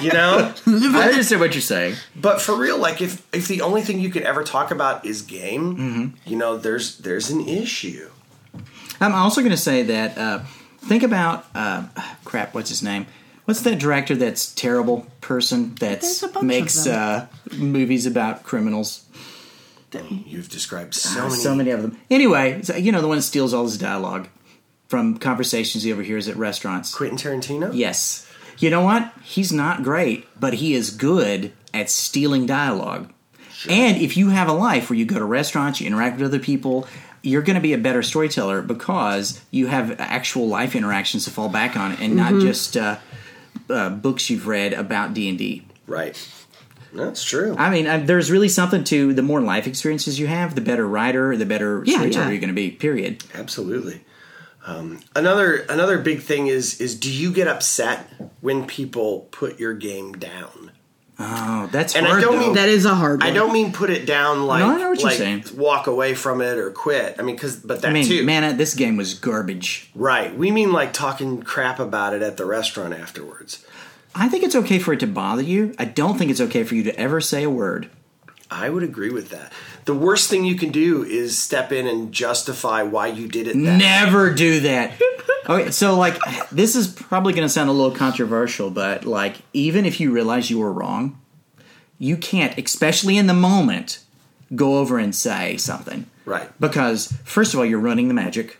you know,
I understand what you're saying.
but for real, like if if the only thing you could ever talk about is game,
Mm-hmm.
you know, there's there's an issue.
I'm also going to say that uh, think about uh, [SIGHS] crap. What's his name? What's that director? That's terrible person that
There's a bunch of
makes uh,
them.
movies about criminals.
You've described so many.
Ah, So many of them. Anyway, so, you know the one that steals all his dialogue from conversations he overhears at restaurants.
Quentin Tarantino.
Yes. You know what? He's not great, but he is good at stealing dialogue. And if you have a life where you go to restaurants, you interact with other people, you're going to be a better storyteller because you have actual life interactions to fall back on and
Mm-hmm.
not just uh, uh, books you've read about D&D.
Right. That's true.
I mean, I, there's really something to the more life experiences you have, the better writer, the better
Yeah,
storyteller
yeah.
you're going to be, period.
Absolutely. Um, another another big thing is is do you get upset when people put your game down?
Oh, that's
And I
hard,
don't
though.
mean
That is a hard one.
I don't mean put it down like
No, I know what you're
like
saying.
walk away from it or quit. I mean cuz but that
I mean,
too.
man, this game was garbage.
Right. We mean like talking crap about it at the restaurant afterwards.
I think it's okay for it to bother you. I don't think it's okay for you to ever say a word.
I would agree with that. The worst thing you can do is step in and justify why you did it. That
Never do that. Okay, so like this is probably going to sound a little controversial, but like even if you realize you were wrong, you can't, especially in the moment, go over and say something.
Right.
Because first of all, you're ruining the magic.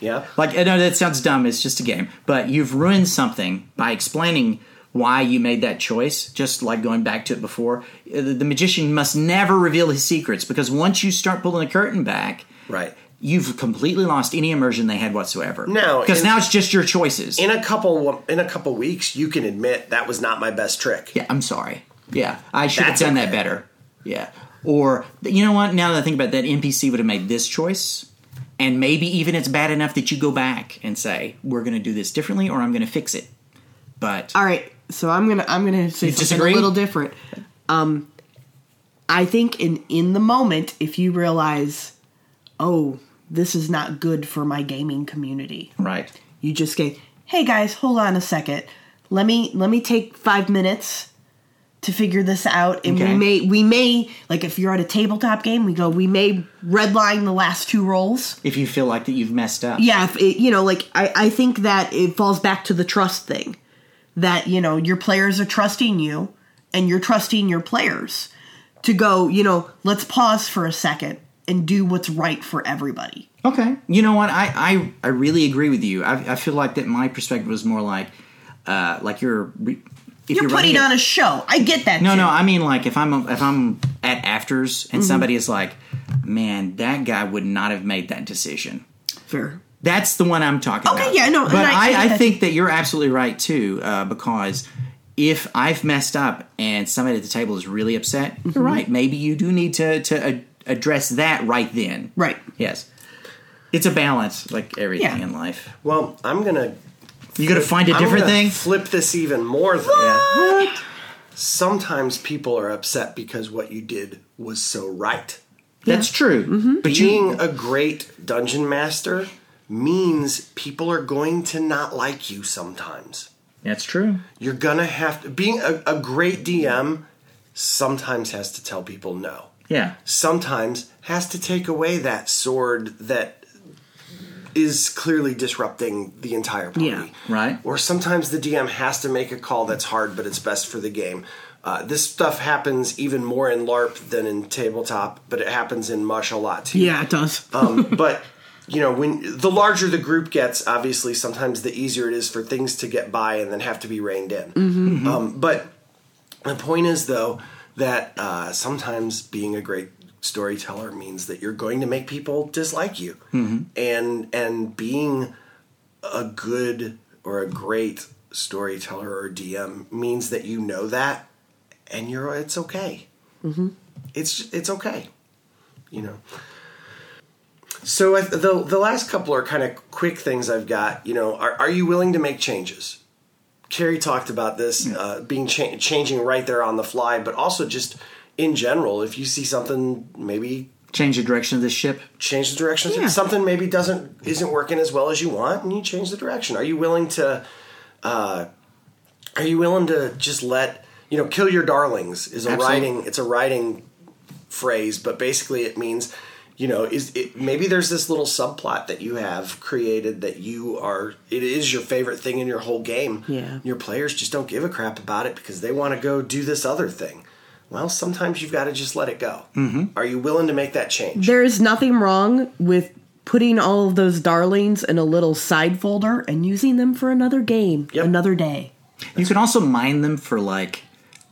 Yeah.
Like I know that sounds dumb, it's just a game, but you've ruined something by explaining why you made that choice, just like going back to it before. Uh, The the magician must never reveal his secrets because once you start pulling the curtain back,
Right.
you've completely lost any immersion they had whatsoever.
No,
because
and-
now it's just your choices.
In a couple in a couple weeks, you can admit that was not my best trick.
yeah, I'm sorry. Yeah, I should have
That's
done that
okay.
better. Yeah, or you know what? Now that I think about it, that NPC would have made this choice. And maybe even it's bad enough that you go back and say, "We're going to do this differently," or "I'm going to fix it." But
All right, so I'm gonna I'm gonna say
You
something
disagree?
a little different. Um, I think in in the moment, if you realize, oh, this is not good for my gaming community,
Right.
you just go, hey guys, hold on a second, let me let me take five minutes to figure this out, and
Okay.
we may we may like if you're at a tabletop game, we go we may redline the last two rolls.
If you feel like that you've messed up.
yeah if it, you know like I, I think that it falls back to the trust thing that you know your players are trusting you and you're trusting your players to go you know let's pause for a second and do what's right for everybody
Okay. You know what? I I, I really agree with you. I, I feel like that my perspective was more like, uh, like you're. Re- if
you're, putting
running
on a show i get that
No,
too.
no. I mean, like if I'm if I'm at afters
Mm-hmm.
and somebody is like, man, that guy would not have made that decision.
fair
That's the one I'm talking
Okay,
about.
yeah, no, and
But
I-
I, I
I-
think that you're absolutely right too, uh, because if I've messed up and somebody at the table is really upset,
Mm-hmm.
you're right. Maybe you do need to to a- address that right then.
right
Yes. It's a balance, like everything
Yeah.
in life.
Well, I'm gonna
You gotta find a
I'm
different
gonna
thing.
Flip this even more. Though.
What?
Sometimes people are upset because what you did was so right.
That's true.
Mm-hmm.
Mm-hmm. But you,
Being a great dungeon master means people are going to not like you sometimes.
that's true.
You're gonna have to. Being a, a great DM sometimes has to tell people no.
Yeah.
Sometimes has to take away that sword that is clearly disrupting the entire party.
Yeah.
Right.
Or sometimes the DM has to make a call that's hard, but it's best for the game. Uh, this stuff happens even more in LARP than in tabletop, but it happens in Mush a lot too.
yeah it does
Um, but you know, when the larger the group gets, obviously, sometimes the easier it is for things to get by and then have to be reined in. Um, but the point is, though, that uh, sometimes being a great storyteller means that you're going to make people dislike you, and and being a good or a great storyteller or DM means that you know that, and you're it's okay. It's it's okay, you know. So I, the the last couple are kind of quick things I've got. You know, are are you willing to make changes? Carrie talked about this uh, being cha- changing right there on the fly, but also just in general, if you see something maybe
Change the direction of this ship.
change the direction.
Yeah.
Something maybe doesn't isn't working as well as you want, and you change the direction. Are you willing to? Uh, are you willing to just let you know? Kill your darlings is a
Absolutely.
writing. It's a writing phrase, but basically it means you know is it maybe there's this little subplot that you have created that you are it is your favorite thing in your whole game
Yeah.
your players just don't give a crap about it because they want to go do this other thing well sometimes you've got to just let it go mm-hmm. are you willing to make that change
There is nothing wrong with putting all of those darlings in a little side folder and using them for another game,
Yep.
another day.
You can also mine them for like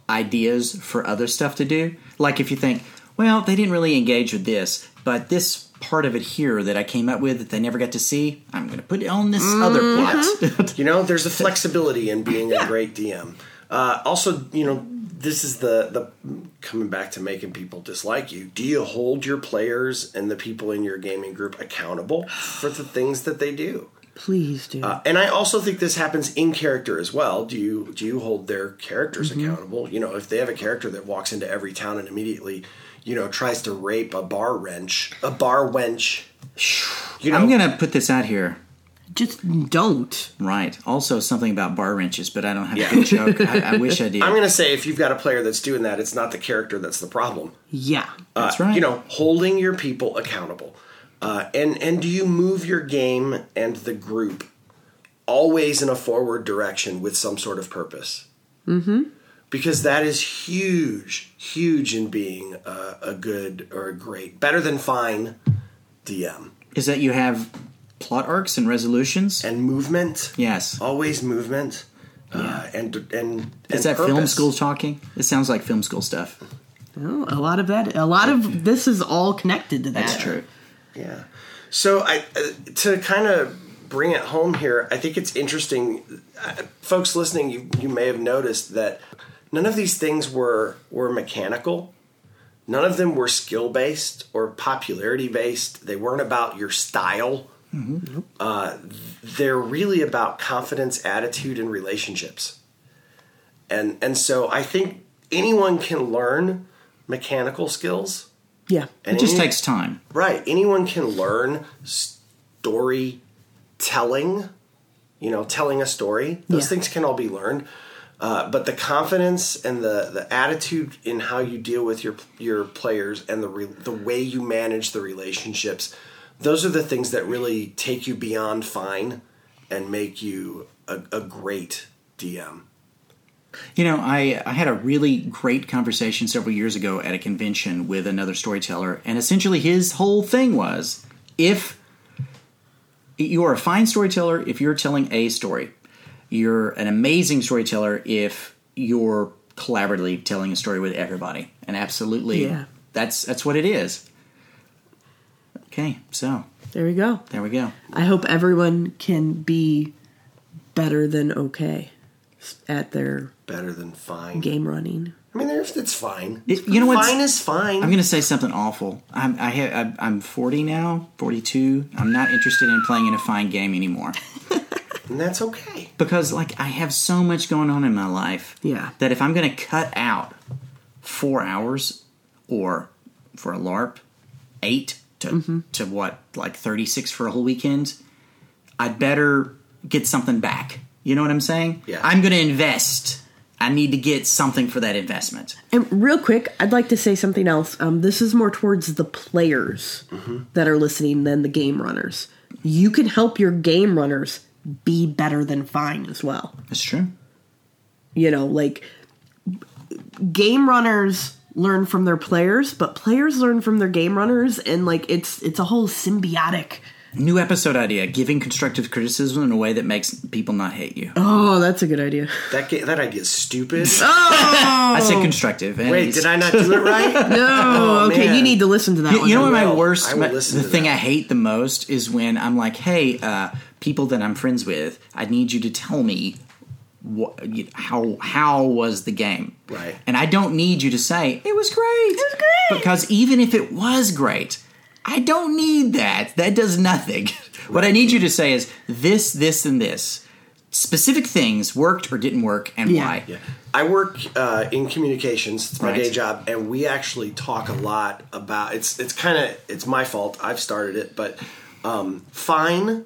ideas for other stuff to do. Like if you think, well, they didn't really engage with this, but this part of it here that I came up with that they never got to see, I'm going to put it on this other plot.
You know, there's a flexibility in being a great DM. Uh, also, you know, this is the the coming back to making people dislike you. Do you hold your players and the people in your gaming group accountable for the things that they do?
Please do.
Uh, and I also think this happens in character as well. Do you do you hold their characters accountable? You know, if they have a character that walks into every town and immediately, you know, tries to rape a bar wench, a bar wench. [LAUGHS] You know,
[LAUGHS] I'm going to put this out here.
Just don't.
Right. Also, something about bar wrenches, but I don't have
Yeah.
a good joke. I, I
[LAUGHS]
wish I did.
I'm uh, going to say if you've got a player that's doing that, it's not the character that's the problem.
Yeah.
That's right.
uh, you know holding your people accountable uh, and and do you move your game and the group always in a forward direction with some sort of purpose mm-hmm. because that is huge huge in being a, a good or a great better than fine dm
is that you have plot arcs and resolutions?
and movement
yes.
always movement uh, and and
Is that film school talking? It sounds like film school stuff.
Oh, a lot of that. A lot of this is all connected to that.
That's true.
Yeah. So I uh, to kind of bring it home here, I think it's interesting uh, folks listening you you may have noticed that none of these things were were mechanical. None of them were skill based or popularity based. They weren't about your style.
Mm-hmm.
Uh, they're really about confidence, attitude, and relationships. And and so I think anyone can learn mechanical skills.
Yeah.
And
It just
any-
takes time.
Right. Anyone can learn storytelling, you know, telling a story. Those
Yeah.
things can all be learned. Uh, but the confidence and the, the attitude in how you deal with your your players and the re, the way you manage the relationships, those are the things that really take you beyond fine and make you a, a great DM.
You know, I, I had a really great conversation several years ago at a convention with another storyteller, and essentially his whole thing was if you are a fine storyteller, if you're telling a story, you're an amazing storyteller if you're collaboratively telling a story with everybody. And absolutely,
Yeah.
that's, that's what it is. Okay, so
There we go.
there we go.
I hope everyone can be better than okay at their
Better than fine.
game running.
I mean, there- it's fine.
It- you know what's-
Fine is fine.
I'm going to say something awful. I'm I ha- I'm- I'm 40 now, 42. I'm not interested in playing in a fine game anymore
and that's okay.
because like I have so much going on in my life.
Yeah.
That if I'm going to cut out 4 hours or for a LARP 8 to to what like 36 for a whole weekend, I'd better get something back. You know what I'm saying?
Yeah.
I'm going to invest. I need to get something for that investment.
And real quick, I'd like to say something else. Um, this is more towards the players
Mm-hmm.
that are listening than the game runners. You can help your game runners be better than fine as well.
That's true.
You know, like game runners learn from their players, but players learn from their game runners, and like it's it's a whole symbiotic.
New episode idea: giving constructive criticism in a way that makes people not hate you.
Oh, that's a good [LAUGHS] idea.
That ga- that idea is
[LAUGHS]
stupid.
I said constructive. And
Wait,
it's-
did I not do it right?
Oh, No, okay,
man.
Oh, you need to listen to that
You,
one.
you know what my
will.
worst,
I will
my- the
listen to
thing
that.
I hate the most is when I'm like, "Hey, uh, people that I'm friends with, I need you to tell me what, you know, how how was the game?
Right.
And I don't need you to say it was great. It was
great.
because even if it was great, I don't need that. That does nothing. [LAUGHS] What I need you to say is this, this, and this. Specific things worked or didn't work, and
Yeah.
why.
Yeah. I work uh, in communications. It's my
Right.
day job, and we actually talk a lot about. It's it's kind of it's my fault. I've started it, but um, fine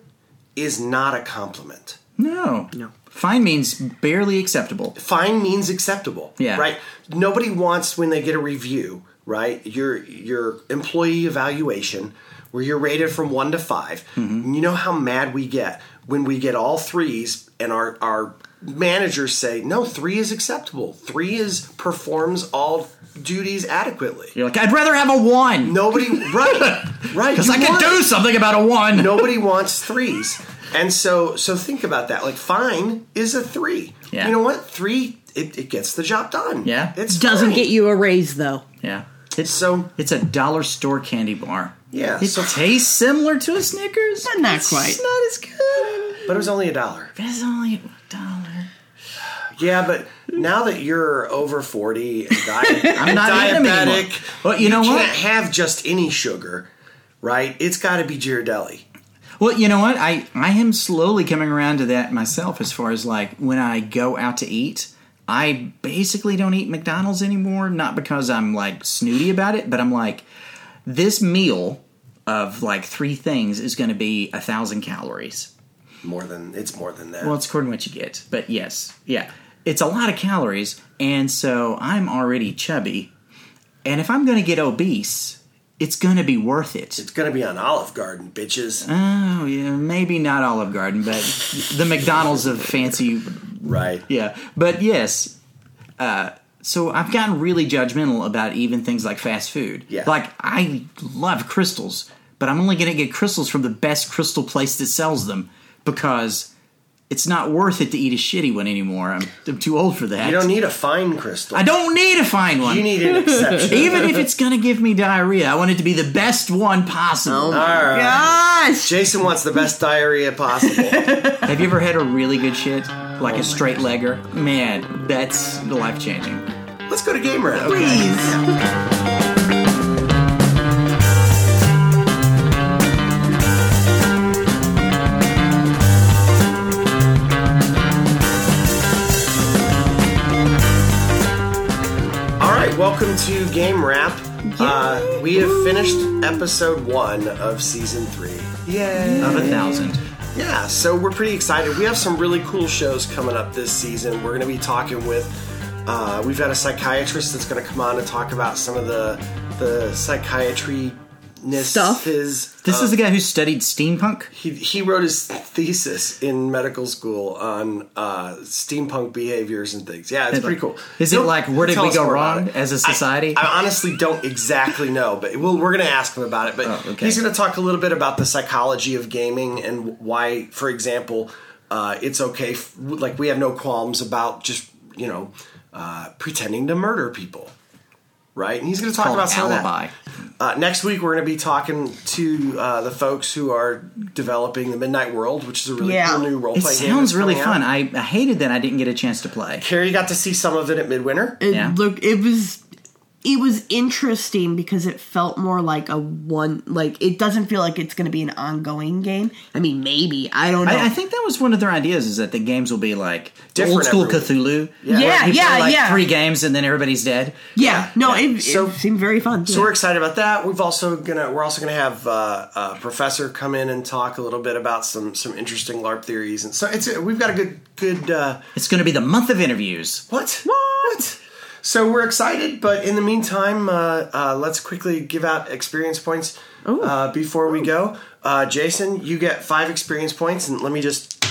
is not a compliment.
No. No. Fine means barely acceptable.
Fine means acceptable.
Yeah.
Right. Nobody wants when they get a review. Right. Your your employee evaluation where you're rated from one to 5
Mm-hmm.
You know how mad we get when we get all threes, and our our managers say no three is acceptable. Three is performs all duties adequately.
You're like, I'd rather have a one
Nobody,
[LAUGHS]
right, right.
because
you
I can
want-
do something about a one.
Nobody wants threes, and so so think about that. Like, fine is a three.
Yeah.
You know what? Three, it, it gets the job done.
Yeah.
it's
Doesn't
fine.
get you a raise though.
Yeah. It's
So-
it's a dollar store candy bar.
Yeah,
It
so-
tastes similar to a Snickers,
But not
it's
quite.
not as good.
but it was only a dollar.
But it's only a dollar.
Yeah, but now that you're over
[LAUGHS]
forty and diet,
I'm not eating them anymore.
diabetic,
Well, you, know
you
what?
can't have just any sugar, right? It's got to be Ghirardelli.
Well, you know what? I I am slowly coming around to that myself. As far as like when I go out to eat, I basically don't eat McDonald's anymore. Not because I'm like snooty about it, but I'm like this meal of like three things is going to be a thousand calories.
More than it's more than that.
Well, it's according to what you get, but yes, yeah, it's a lot of calories, and so I'm already chubby, and if I'm going to get obese, it's going to be worth it.
it's gonna be on Olive Garden, bitches.
Oh yeah, maybe not Olive Garden, but the McDonald's of fancy,
right.
yeah. But yes, uh, so I've gotten really judgmental about even things like fast food.
Yeah.
like I love crystals, but I'm only going to get crystals from the best crystal place that sells them because it's not worth it to eat a shitty one anymore. I'm, I'm too old for that.
You don't need a fine crystal.
I don't need a fine one.
You
[LAUGHS]
need an exception.
even
[LAUGHS]
if it's going to give me diarrhea, I want it to be the best one possible.
All right.
Gosh.
Jason wants the best diarrhea possible.
Have you ever had a really good shit? Like a straight legger? Man, that's life changing.
Let's go to game round.
Please.
All right, welcome to game wrap. Uh, we have finished episode one of season three. Yay!
Of a thousand.
Yeah, so we're pretty excited. We have some really cool shows coming up this season. We're going to be talking with. Uh, we've got a psychiatrist that's going to come on and talk about some of the the psychiatry
Stuff.
His
This is the guy who studied steampunk?
he, he wrote his thesis in medical school on uh, steampunk behaviors and things. Yeah, it's pretty cool.
Is it
He'll-
like, where did
he'll tell
we
us
go
more about
wrong
it.
as a society?
I honestly don't exactly know, but we'll, we're going to ask him about it. But
Oh, okay.
he's going to talk a little bit about the psychology of gaming and why, for example, uh, it's okay. F- like we have no qualms about just you know uh, pretending to murder people, right? And he's going to talk
Called
about some
alibi.
of that. Uh, next week, we're going to be talking to uh, the folks who are developing the Midnight World, which is a really
Yeah.
cool new role
It
playing game.
sounds
that's
really
coming out.
fun. I, I hated that I didn't get a chance to play.
Carrie got to see some of it at Midwinter.
It
Yeah.
looked it was it was interesting because it felt more like a one like it doesn't feel like it's going to be an ongoing game. I mean, maybe I don't know.
I, I think that was one of their ideas is that the games will be like
Different
old school
every
Cthulhu.
Yeah.
where
Yeah,
you
yeah,
play like
yeah.
Three games and then everybody's dead.
yeah, no, It, it
So-
seemed very fun.
Mm-hmm.
So we're excited about that. We've also gonna we're also gonna have uh, a professor come in and talk a little bit about some some interesting LARP theories, and so it's we've got a good good uh,
It's going to be the month of interviews.
what what. So we're excited, but in the meantime, uh, uh, let's quickly give out experience points uh, before we go. Uh, Jason, you get five experience points, and let me just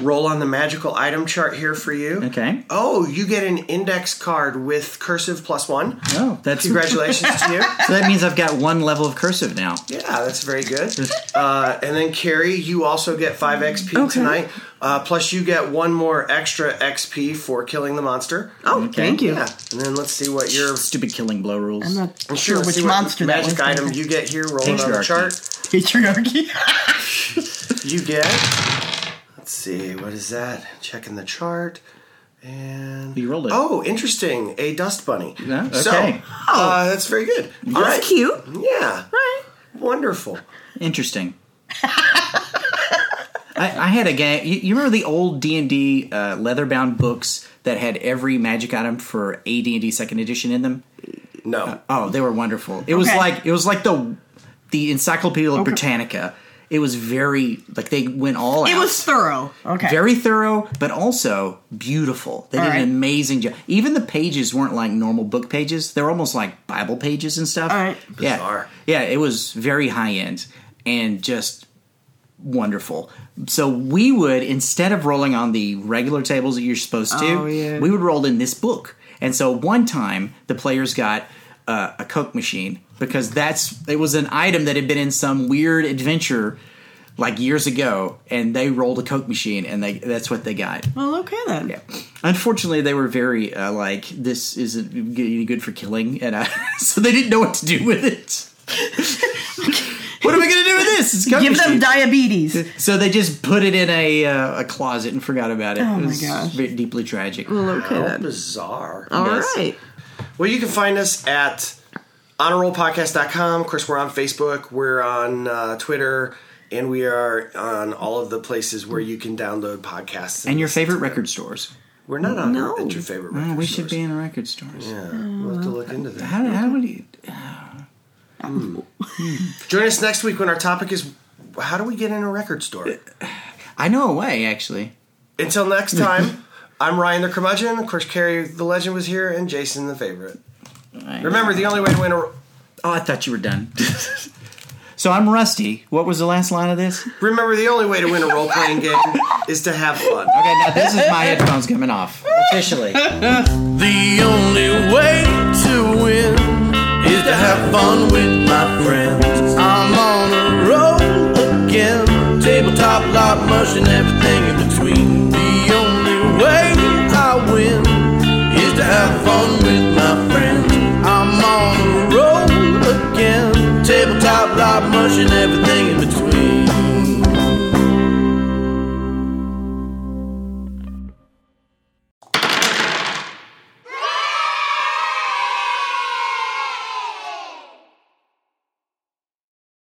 roll on the magical item chart here for you.
Okay.
Oh, you get an index card with cursive plus one.
Oh, that's
Congratulations to you.
[LAUGHS] So that means I've got one level of cursive now.
Yeah, that's very good. Uh, and then Carrie, you also get five XP tonight. Uh, plus, you get one more extra XP for killing the monster.
oh, thank you.
Yeah. And then let's see what your
Stupid killing blow rules.
I'm not
I'm
sure
let's
which
see what
monster that
magic
was.
item [LAUGHS] you get here. Rolling on the
Patriarchy.
chart,
Patriarchy.
you get. Let's Let's see, what is that? Checking the chart. And
You rolled it.
Oh, interesting. A dust bunny.
Yeah,
So,
okay. Oh.
uh, that's very good. All
That's
right.
cute.
Yeah. Wonderful.
Interesting. I, I had a game. You, you remember the old D and D uh, leather-bound books that had every magic item for AD and D Second Edition in them?
No.
Oh, they were wonderful. It was
Okay.
like it was like the the Encyclopedia Britannica. It was very like they went all
It
out.
was thorough. Okay.
very thorough, but also beautiful. They did
All right.
an amazing job. Even the pages weren't like normal book pages; they were almost like Bible pages and stuff.
All right.
Yeah,
Bizarre.
yeah, it was very high end and just wonderful. So we would instead of rolling on the regular tables that you're supposed to,
Oh, yeah.
we would roll in this book. And so one time the players got uh, a Coke machine because that's it was an item that had been in some weird adventure like years ago, and they rolled a Coke machine, and they that's what they got.
well, okay then.
Unfortunately, they were very uh, like this isn't g- any good for killing, and uh, [LAUGHS] so they didn't know what to do with it. [LAUGHS] what are we gonna do with this? It's Coke
Give them
machine.
diabetes.
So they just put it in a uh, a closet and forgot about it.
Oh
it
my
was
gosh.
Very deeply tragic.
Okay
oh.
How
then.
bizarre.
All right.
Yes.
Well, you can find us at honorrollpodcast.com. Of course, we're on Facebook, we're on uh, Twitter, and we are on all of the places where you can download podcasts.
And your favorite record stores.
we're not on
No.
at your favorite.
Oh,
record
we should
stores.
be Uh, in record stores.
Yeah, we'll have to look into that.
How, how would you?
Join us next week when our topic is how do we get in a record
[LAUGHS]
store.
I know a way actually.
Until next time, I'm Ryan the curmudgeon. Of course, Carrie the legend was here, and Jason the favorite. Remember, the only way to win a
Oh, I thought you
[LAUGHS]
were done. so I'm Rusty. What was the last line of this?
remember the only way to win a role
[LAUGHS]
playing game is to have fun.
Okay, now this is my headphones coming off officially.
The only way to win is to have fun with my friends. I'm on a roll again. Tabletop, lot, mush, and everything in between. The only way I win is to have fun with my friends. I'm on a roll again. Tabletop, lot, mush, and everything.